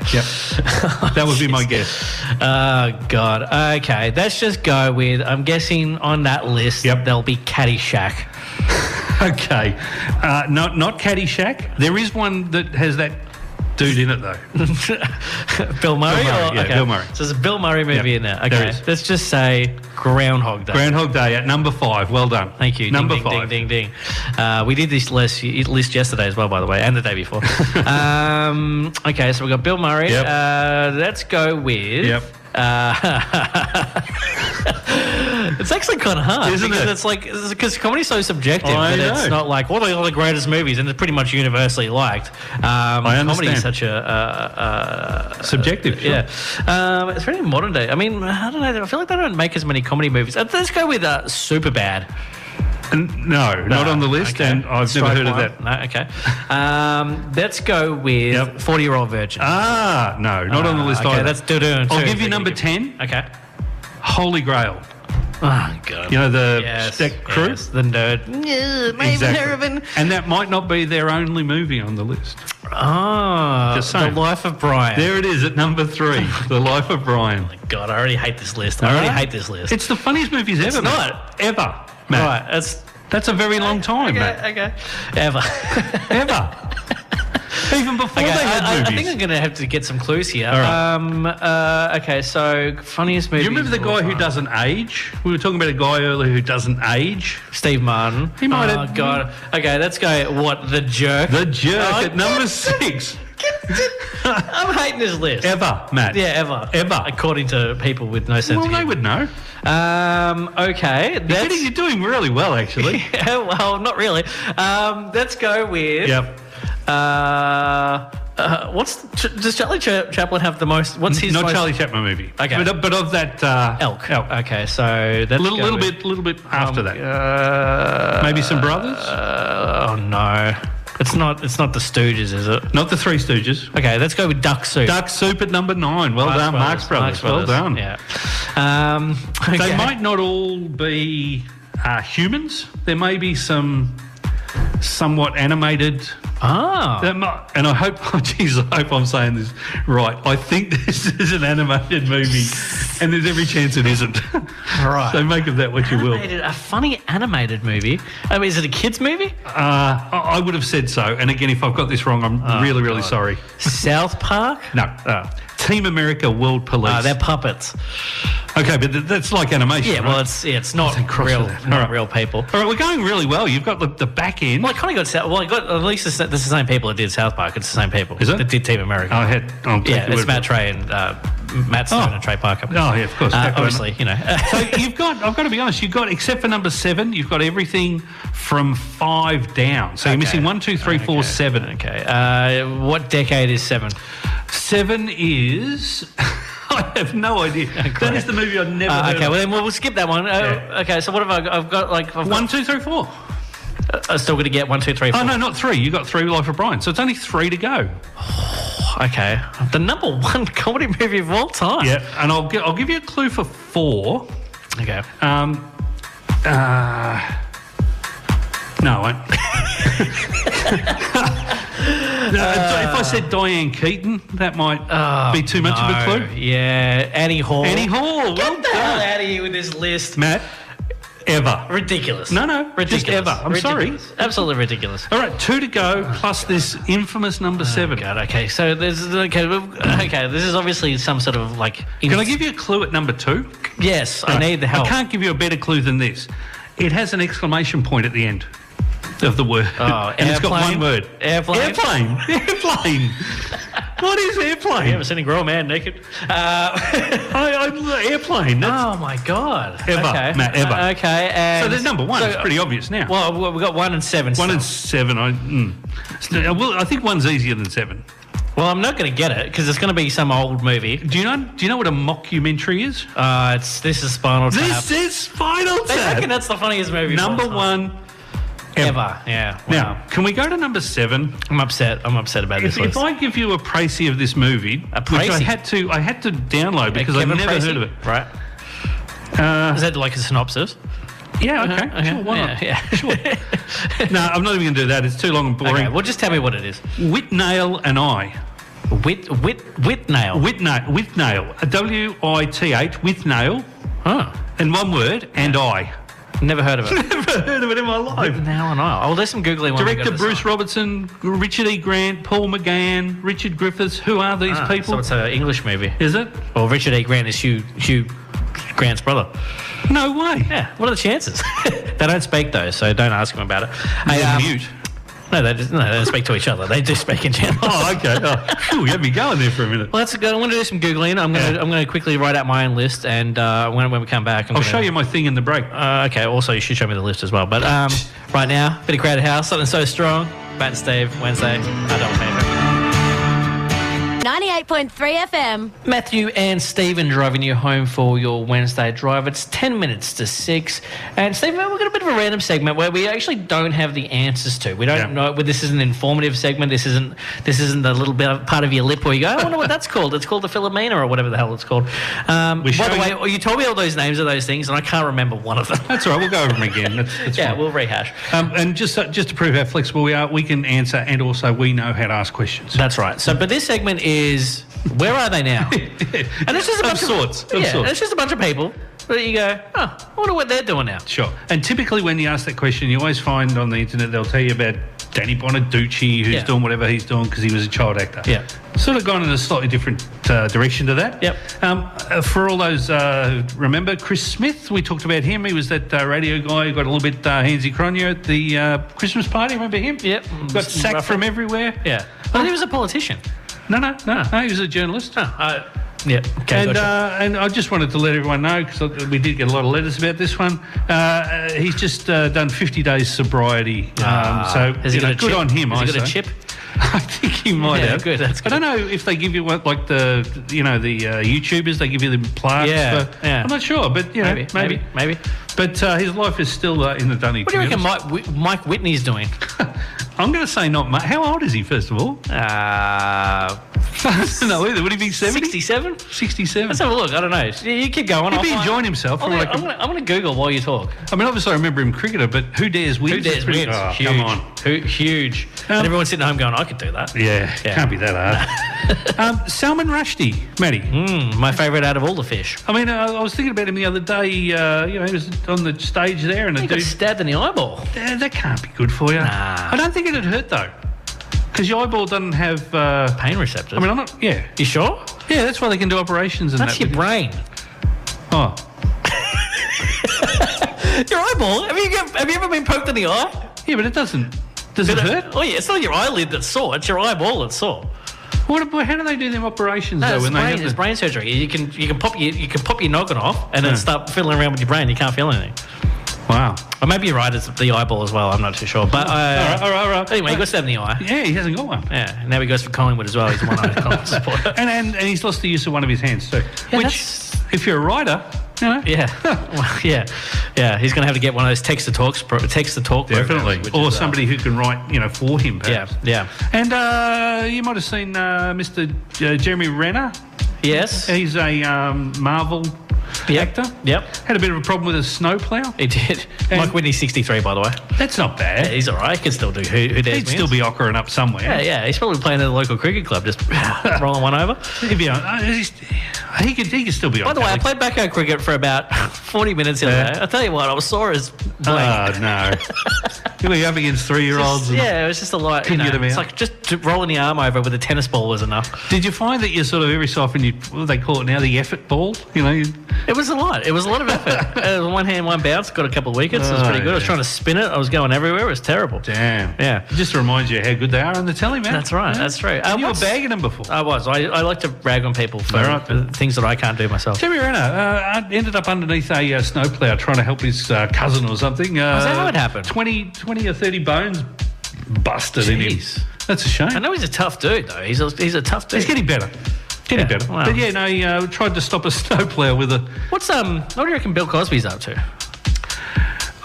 S2: that would be my guess.
S1: Oh God. Okay, let's just go with. I'm guessing on that list
S2: Yep.
S1: there'll be Caddyshack.
S2: Okay. Uh, not not Caddyshack. There is one that has that dude in it though.
S1: Bill Murray.
S2: Bill Murray,
S1: or,
S2: yeah,
S1: okay.
S2: Bill Murray.
S1: So there's a Bill Murray movie
S2: Yep,
S1: in there.
S2: there
S1: Okay.
S2: is.
S1: Let's just say Groundhog Day.
S2: Groundhog Day at number five. Well done.
S1: Thank you. Ding,
S2: Number
S1: ding,
S2: five.
S1: Ding, ding, ding. Uh, we did this list, list yesterday as well, by the way, and the day before. um, okay, so we've got Bill Murray.
S2: Yep.
S1: Uh, let's go with.
S2: Yep.
S1: Uh, it's actually kind of hard,
S2: Isn't
S1: because
S2: it?
S1: It's like because comedy's so subjective
S2: I
S1: that it's
S2: know.
S1: not like what are the greatest movies, and it's pretty much universally liked. Um,
S2: I
S1: Comedy is
S2: understand.
S1: such a, uh, uh,
S2: Subjective. sure.
S1: yeah, um, it's very modern day. I mean, I don't know. I feel like they don't make as many comedy movies. Uh, Let's go with uh, Superbad.
S2: N- No, not on the list,
S1: Okay.
S2: and I've
S1: Strike
S2: never heard
S1: one.
S2: of that.
S1: No, okay. Um, let's go with
S2: Yep.
S1: forty-year-old virgin.
S2: Ah, no, not on the list
S1: okay,
S2: either.
S1: that's doo doo.
S2: I'll give you number ten.
S1: Okay.
S2: Holy Grail.
S1: Oh god.
S2: You know the
S1: yes,
S2: that crew.
S1: yes, the nerd.
S2: Exactly. And that might not be their only movie on the list.
S1: Oh,
S2: Just
S1: the
S2: saying.
S1: life of Brian.
S2: There it is at number three, The Life of Brian.
S1: God, I already hate this list. I already hate this list.
S2: It's the funniest movies ever. mate.
S1: not.
S2: ever, Matt.
S1: Right, that's
S2: That's a very long time,
S1: okay.
S2: Matt.
S1: Okay. Ever.
S2: Ever. Even before
S1: Okay,
S2: they
S1: I,
S2: had
S1: I- I
S2: movies.
S1: think I'm going to have to get some clues here.
S2: right.
S1: Um, uh, okay, so funniest movie.
S2: you remember the guy who doesn't age? We were talking about a guy earlier who doesn't age.
S1: Steve Martin.
S2: He might
S1: Oh
S2: have-
S1: God. Okay, let's go. What the jerk?
S2: The jerk
S1: Oh,
S2: at number six.
S1: I'm hating this list.
S2: Ever, Matt.
S1: Yeah, ever,
S2: Ever.
S1: According to people with no sense.
S2: Well,
S1: of
S2: they
S1: humour.
S2: would know.
S1: Um, okay,
S2: You're
S1: that's
S2: getting- You're doing really well, actually.
S1: yeah, well, not really. Um, let's go with.
S2: yep.
S1: Uh, uh, what's Ch- does Charlie Cha- Chaplin have the most? What's his
S2: Not
S1: most-
S2: Charlie Chaplin movie.
S1: Okay.
S2: But, but of that uh,
S1: Elk. Okay, so that's
S2: A little,
S1: go
S2: little
S1: with-
S2: bit, little bit after that.
S1: Um, Uh,
S2: Maybe some brothers.
S1: Uh, oh no, it's not. It's not the Stooges, is it?
S2: Not the Three Stooges.
S1: Okay, let's go with Duck Soup.
S2: Duck Soup at number nine. Well done, Marx Brothers. Well done.
S1: Yeah. Um,
S2: They
S1: okay.
S2: might not all be uh, humans. There may be some somewhat animated.
S1: Ah.
S2: That might, and I hope, oh jeez, I hope I'm saying this right. I think this is an animated movie, and there's every chance it isn't.
S1: Right.
S2: so make of that what you will.
S1: Animated, a funny animated movie. I mean, is it a kids movie?
S2: Uh, I I would have said so. And again, if I've got this wrong, I'm
S1: Oh,
S2: really, really sorry.
S1: South Park.
S2: No. uh, Team America World Police.
S1: Ah, they're puppets.
S2: okay, but th- that's like animation.
S1: Yeah,
S2: right?
S1: well, it's yeah, it's not
S2: cross
S1: real,
S2: with that.
S1: not
S2: All right.
S1: real people.
S2: All right, we're going really well. You've got the, the back end.
S1: Well, I kind of got South. Well, I got at least it's, it's the same people that did South Park. It's the same people.
S2: Is it?
S1: That did Team America.
S2: I had. I'll take
S1: yeah,
S2: your
S1: it's
S2: word
S1: Matt Trey and uh, Matt Stone
S2: Oh.
S1: and Trey Parker.
S2: for it. Oh, yeah, of course.
S1: Uh,
S2: Back
S1: obviously, you know.
S2: end. so you've got. I've got to be honest. You've got, except for number seven, you've got everything from five down. So you're missing one, two, three, four, seven.
S1: okay. Uh, what decade is seven?
S2: Seven is. I have no idea. that is the movie I've never
S1: Uh,
S2: heard
S1: okay,
S2: of.
S1: well then we'll, we'll skip that one. Uh,
S2: Yeah.
S1: Okay, so what have I? Got? I've got like I've
S2: One, two, three, four.
S1: got- I'm still going to get one, two, three, four.
S2: Oh no, not three. You got three. Life of Brian. So it's only three to go.
S1: Okay, the number one comedy movie of all time.
S2: Yeah, and I'll gi- I'll give you a clue for four.
S1: Okay.
S2: Um, uh, no, I won't. No, Uh, if I said Diane Keaton, that might Uh, be too much of a
S1: Oh, No,
S2: clue.
S1: Yeah, Annie Hall.
S2: Annie Hall, Ah. well
S1: Get the hell
S2: done.
S1: out of here with this list.
S2: Matt, ever.
S1: Ridiculous.
S2: No, no,
S1: ridiculous.
S2: just ever. I'm sorry.
S1: Ridiculous. Absolutely ridiculous.
S2: All right, two to go, plus this infamous number seven.
S1: Oh. God, okay, so there's okay, well, uh, okay. This is obviously some sort of like.
S2: Can I give you a clue at number two?
S1: Yes, I need the help.
S2: I can't give you a better clue than this. It has an exclamation point at the end of the word.
S1: Oh,
S2: and it's got
S1: airplane?
S2: one word.
S1: Airplane?
S2: Airplane. Airplane. what is airplane?
S1: You ever seen a grown man naked? Uh,
S2: I, I, airplane. That's,
S1: oh my god!
S2: Ever,
S1: okay.
S2: Matt, ever.
S1: Uh, okay, and
S2: so there's number one.
S1: so-
S2: it's pretty obvious now.
S1: Well, we- we got one and seven.
S2: one
S1: still.
S2: and seven. I, mm. So, well, I think one's easier than seven.
S1: well, I'm not going to get it because it's going to be some old movie.
S2: Do you know? Do you know what a mockumentary is?
S1: Uh, it's this is Spinal Tap.
S2: This is Final
S1: They reckon
S2: Tap.
S1: that's the funniest movie. of all
S2: Number
S1: time.
S2: one ever.
S1: ever. Yeah.
S2: Now, can we go to number seven?
S1: I'm upset. I'm upset about
S2: If,
S1: this
S2: if
S1: list.
S2: I give you a précis of this movie,
S1: A
S2: which I
S1: précis?
S2: had to, I had to download
S1: Uh,
S2: because
S1: Kevin
S2: I've never
S1: Spacey?
S2: heard of it.
S1: Right.
S2: Uh,
S1: Is that like a synopsis?
S2: yeah, okay,
S1: Uh-huh, okay,
S2: sure, why not?
S1: yeah, yeah.
S2: Sure. no, I'm not even going to do that. It's too long and boring.
S1: Okay, well, just tell me what it is.
S2: Whitnail and I.
S1: Wit, wit, wit nail.
S2: Whitnail, Whitnail, W I T H, Whitnail,
S1: Huh.
S2: in one word, and I.
S1: Never heard of it.
S2: Never heard of it in my life.
S1: now and I. I'll do some googling. When we go
S2: Director
S1: to the
S2: Bruce
S1: site.
S2: Robertson, Richard E. Grant, Paul McGann, Richard Griffiths. Who are these
S1: Ah,
S2: people?
S1: So it's an English movie.
S2: Is it?
S1: Well, Richard E. Grant is Hugh Hugh Grant's brother.
S2: No way.
S1: Yeah. What are the chances? they don't speak though, so don't ask them about it. Hey,
S2: They're
S1: um,
S2: mute.
S1: No, they just, no, they don't speak to each other. They do speak in general.
S2: Oh, okay. Oh, phew, you had me going there for a minute.
S1: Well, that's good. I'm going to do some googling. I'm going to
S2: Yeah.
S1: I'm going to quickly write out my own list, and uh, when when we come back, I'm
S2: I'll
S1: gonna,
S2: show you my thing in the break.
S1: Uh, okay. Also, you should show me the list as well. But um, right now, bit of crowded house. Something so strong. Matt and Steve Wednesday. I don't favourite.
S5: 98.3 FM.
S1: Matthew and Stephen driving you home for your Wednesday drive. It's 10 minutes to 6. And Stephen, we've got a bit of a random segment where we actually don't have the answers to. We don't
S2: Yeah.
S1: know. This is an informative segment. This isn't This isn't the little bit of part of your lip where you go, I wonder what that's called. It's called the Philomena or whatever the hell it's called. Um,
S2: We
S1: by the
S2: show
S1: way,
S2: you-
S1: you told me all those names of those things, and I can't remember one of them.
S2: That's all right. We'll go over them again. That's, that's
S1: yeah,
S2: fine.
S1: we'll rehash.
S2: um, and just so- just to prove how flexible we are, we can answer, and also we know how to ask questions.
S1: That's right. So, but this segment is where are they now? And it's just a
S2: Of
S1: bunch of,
S2: sorts, of
S1: yeah,
S2: sorts.
S1: it's just a bunch of people. But you go, oh, I wonder what they're doing now.
S2: Sure. And typically, when you ask that question, you always find on the internet they'll tell you about Danny Bonaducci, who's
S1: Yeah.
S2: doing whatever he's doing because he was a child actor.
S1: Yeah.
S2: Sort of gone in a slightly different uh, direction to that.
S1: Yep.
S2: Um, uh, for all those, uh, who remember Chris Smith? We talked about him. He was that uh, radio guy who got a little bit uh, handsy cronio at the uh, Christmas party. Remember him?
S1: Yep.
S2: Got sacked
S1: Rough
S2: from everywhere.
S1: Yeah. Well, he was a politician.
S2: No, no, no, no. He was a journalist.
S1: Uh, Yeah. Okay.
S2: and,
S1: gotcha.
S2: uh, and I just wanted to let everyone know because we did get a lot of letters about this one. Uh, Uh, he's just uh, done 50 days sobriety. Um,
S1: uh,
S2: so
S1: Ah, Has he
S2: you
S1: got
S2: know,
S1: a
S2: good
S1: chip?
S2: on him.
S1: Has
S2: I
S1: he got a
S2: say.
S1: chip?
S2: I think he might
S1: Yeah,
S2: have.
S1: good, that's
S2: I don't know if they give you what like the you know the uh, YouTubers they give you the plaques.
S1: Yeah,
S2: for-
S1: yeah.
S2: I'm not sure, but you know
S1: Maybe. Maybe. Maybe.
S2: But uh, his life is still uh, in the dunny.
S1: What do you reckon Mike, Whit- Mike Whitney's doing?
S2: I'm going to say not much. How old is he? First of all,
S1: Uh,
S2: I don't know either. Would he be 70?
S1: 67?
S2: 67.
S1: Let's have a look. I don't know. You- You keep going.
S2: He'd
S1: I'll
S2: be
S1: find-
S2: enjoying himself.
S1: I'm gonna,
S2: from what I
S1: I'm,
S2: can-
S1: gonna, I'm gonna Google while you talk.
S2: I mean, obviously, I remember him cricketer, but who dares wins?
S1: Who dares
S2: It's pretty-
S1: wins?
S2: Oh,
S1: huge.
S2: Come on.
S1: Hu- huge.
S2: Um,
S1: and everyone's sitting at home going, I could do that.
S2: Yeah,
S1: Yeah.
S2: can't be that hard. um, Salman Rushdie, Matty.
S1: Mm, my favourite out of all the fish.
S2: I mean, uh, I, I was thinking about him the other day. Uh, you know, he was on the stage there, and a
S1: He got
S2: dude.
S1: stabbed in the eyeball.
S2: Eh, that can't be good for you.
S1: Nah.
S2: I don't think it'd hurt though, because your eyeball doesn't have. Uh,
S1: Pain receptors.
S2: I mean, I'm not. Yeah,
S1: you sure?
S2: yeah. That's why they can do operations and
S1: That's
S2: that.
S1: your brain.
S2: oh,
S1: Your eyeball? Have you, get- have you ever been poked in the eye?
S2: yeah, but it doesn't. Does it hurt?
S1: Oh, yeah. It's not your eyelid that's sore. It's your eyeball that's sore.
S2: What? ab- How do they do them operations
S1: No,
S2: though?
S1: it's
S2: When they
S1: brain,
S2: have
S1: it's
S2: the-
S1: brain surgery. You can you can pop your you can pop your noggin off and then
S2: Yeah.
S1: start fiddling around with your brain. You can't feel anything.
S2: Wow.
S1: Or maybe you're right. It's the eyeball as well. I'm not too sure. But uh,
S2: All right, all right, all right.
S1: anyway, he got stabbed in the eye.
S2: Yeah, he hasn't got one.
S1: Yeah. Now he goes for Collingwood as well. He's one eyed Collingwood supporter.
S2: And, and and he's lost the use of one of his hands too.
S1: Yeah,
S2: which,
S1: that's-
S2: if you're a writer, you know,
S1: Yeah, well, yeah, yeah. He's gonna have to get one of those text to talks, pro- text to talk, programs, which
S2: or
S1: is, uh,
S2: somebody who can write, you know, for him.
S1: yeah,
S2: Perhaps.
S1: yeah,
S2: And uh, you might have seen uh, Mr. J- Jeremy Renner.
S1: yes,
S2: He's a um, Marvel
S1: Yep.
S2: actor.
S1: Yep,
S2: Had a bit of a problem with a snowplow.
S1: he did.
S2: And-
S1: Mike Whitney's 63, by the way.
S2: That's not bad.
S1: Yeah, he's all right. He can still do who, who dares
S2: He'd still
S1: wins.
S2: be ockering up somewhere.
S1: Yeah, yeah. He's probably playing at a local cricket club, just rolling one over.
S2: He'd be on, uh, he's- he could he could still be on.
S1: By the way, I
S2: Alex.
S1: played backyard cricket for about 40 minutes the other
S2: Yeah.
S1: day. I tell you what, I was sore as blank.
S2: Oh no! He'll be up against three-year-olds.
S1: Just-
S2: and-
S1: yeah, it was just a lot. You
S2: Couldn't
S1: know,
S2: get him
S1: it's
S2: out.
S1: like just to- rolling the arm over with a tennis ball was enough.
S2: Did you find that you sort of every so often you what do they call it now the effort ball? You know, you-
S1: It was a lot. It was a lot of effort. it was one hand, one bounce. Got a couple of wickets. it was
S2: Oh,
S1: pretty good. I was
S2: yeah.
S1: trying to spin it. I was going everywhere. It was terrible.
S2: damn.
S1: Yeah.
S2: It just reminds you how good they are on the telly, man.
S1: That's right. That's true. Uh,
S2: And you were
S1: what's-
S2: bagging them before.
S1: I was. I, I like to rag on people for
S2: All right, then.
S1: things that I can't do myself.
S2: Timmy Renner uh, ended up underneath a uh, snowplow trying to help his uh, cousin or something. Uh,
S1: that how it happened?
S2: 20, 20 or 30 bones busted in him.
S1: Jeez.
S2: That's a shame.
S1: I know he's a tough dude though. He's a, he's a tough dude.
S2: He's getting better. Getting
S1: Yeah,
S2: better.
S1: wow.
S2: But yeah, no, he uh, tried to stop a snowplow with a.
S1: What's um? What do you reckon Bill Cosby's up to?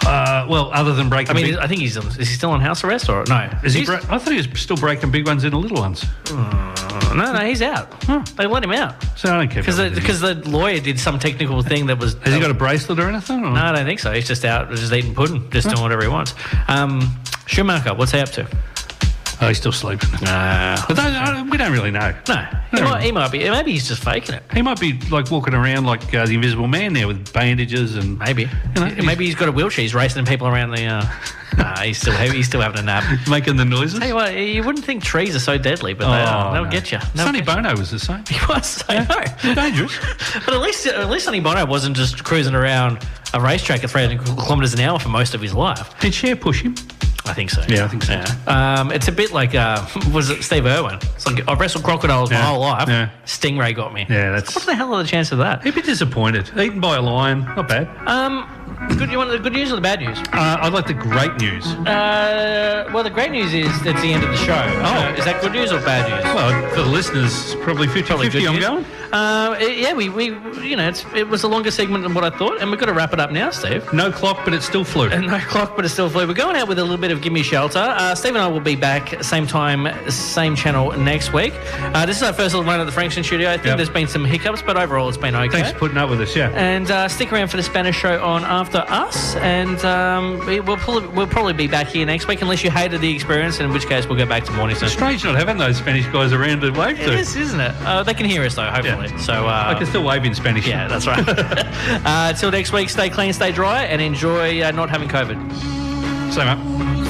S2: Uh, well, other than breaking
S1: I mean,
S2: big.
S1: I think he's on, is he still on house arrest or no?
S2: Is he
S1: He's-
S2: bra- I thought he was still breaking big ones into little ones.
S1: No, no, he's out. They let him out
S2: So I don't care.
S1: because
S2: about
S1: the,
S2: that.
S1: 'cause the lawyer did some technical thing that was.
S2: Has he got a bracelet or anything? Or?
S1: No, I don't think so. He's just out, just eating pudding, just doing whatever he wants. Um, Schumacher, what's he up to?
S2: Oh, he's still sleeping.
S1: Uh,
S2: But don't- I don't- we don't really know.
S1: no, he
S2: No.
S1: might, he might be. Maybe he's just faking it.
S2: He might be like walking around like uh, the Invisible Man there with bandages and
S1: Maybe.
S2: You know,
S1: Yeah, maybe he's got a wheelchair. He's racing people around the. Uh, nah, he's still he's still having a nap.
S2: making the noises.
S1: Tell you what, you wouldn't think trees are so deadly, but they
S2: Oh,
S1: are. They'll
S2: no.
S1: get you. They'll
S2: Sonny Bono was the same.
S1: get you. So, no.
S2: Dangerous.
S1: But at least, at least Sonny Bono wasn't just cruising around a racetrack at 300 kilometres an hour for most of his life.
S2: Did Cher push him?
S1: I think so.
S2: Yeah, I think so.
S1: Um, it's a bit like, uh, was it Steve Irwin? It's like, I wrestled crocodiles
S2: Yeah,
S1: my whole life.
S2: yeah.
S1: Stingray got me.
S2: Yeah, that's-
S1: What the hell are the chances of that?
S2: He'd be disappointed. Eaten by a lion. Not bad.
S1: Um, good, you want the good news or the bad news?
S2: Uh, I like the great news.
S1: Uh, well, the great news is that's the end of the show. Oh, is that good news or bad news?
S2: Well, for the listeners, probably 50
S1: Probably good
S2: 50 I'm
S1: news.
S2: going.
S1: Uh, yeah, we, we you know it's, it was a longer segment than what I thought, and we've got to wrap it up now, Steve.
S2: No clock, but it still flew.
S1: And no clock, but it's still flu. We're going out with a little bit of Gimme Shelter. Uh, Steve and I will be back same time, same channel next week. Uh, this is our first little run at the Frankston Studio. I think
S2: Yep.
S1: there's been some hiccups, but overall it's been okay.
S2: Thanks for putting up with us, yeah.
S1: and uh, stick around for the Spanish show on After Us, and um, we, we'll, pull, we'll probably be back here next week, unless you hated the experience, in which case we'll go back to Mornington.
S2: Strange not having those Spanish guys around to wave
S1: It
S2: to.
S1: is, isn't it? Uh, they can hear us though, hopefully.
S2: Yeah.
S1: So uh,
S2: I can still wave in Spanish.
S1: yeah, that's right. uh, till next week, stay clean, stay dry, and enjoy uh, not having COVID.
S2: So much.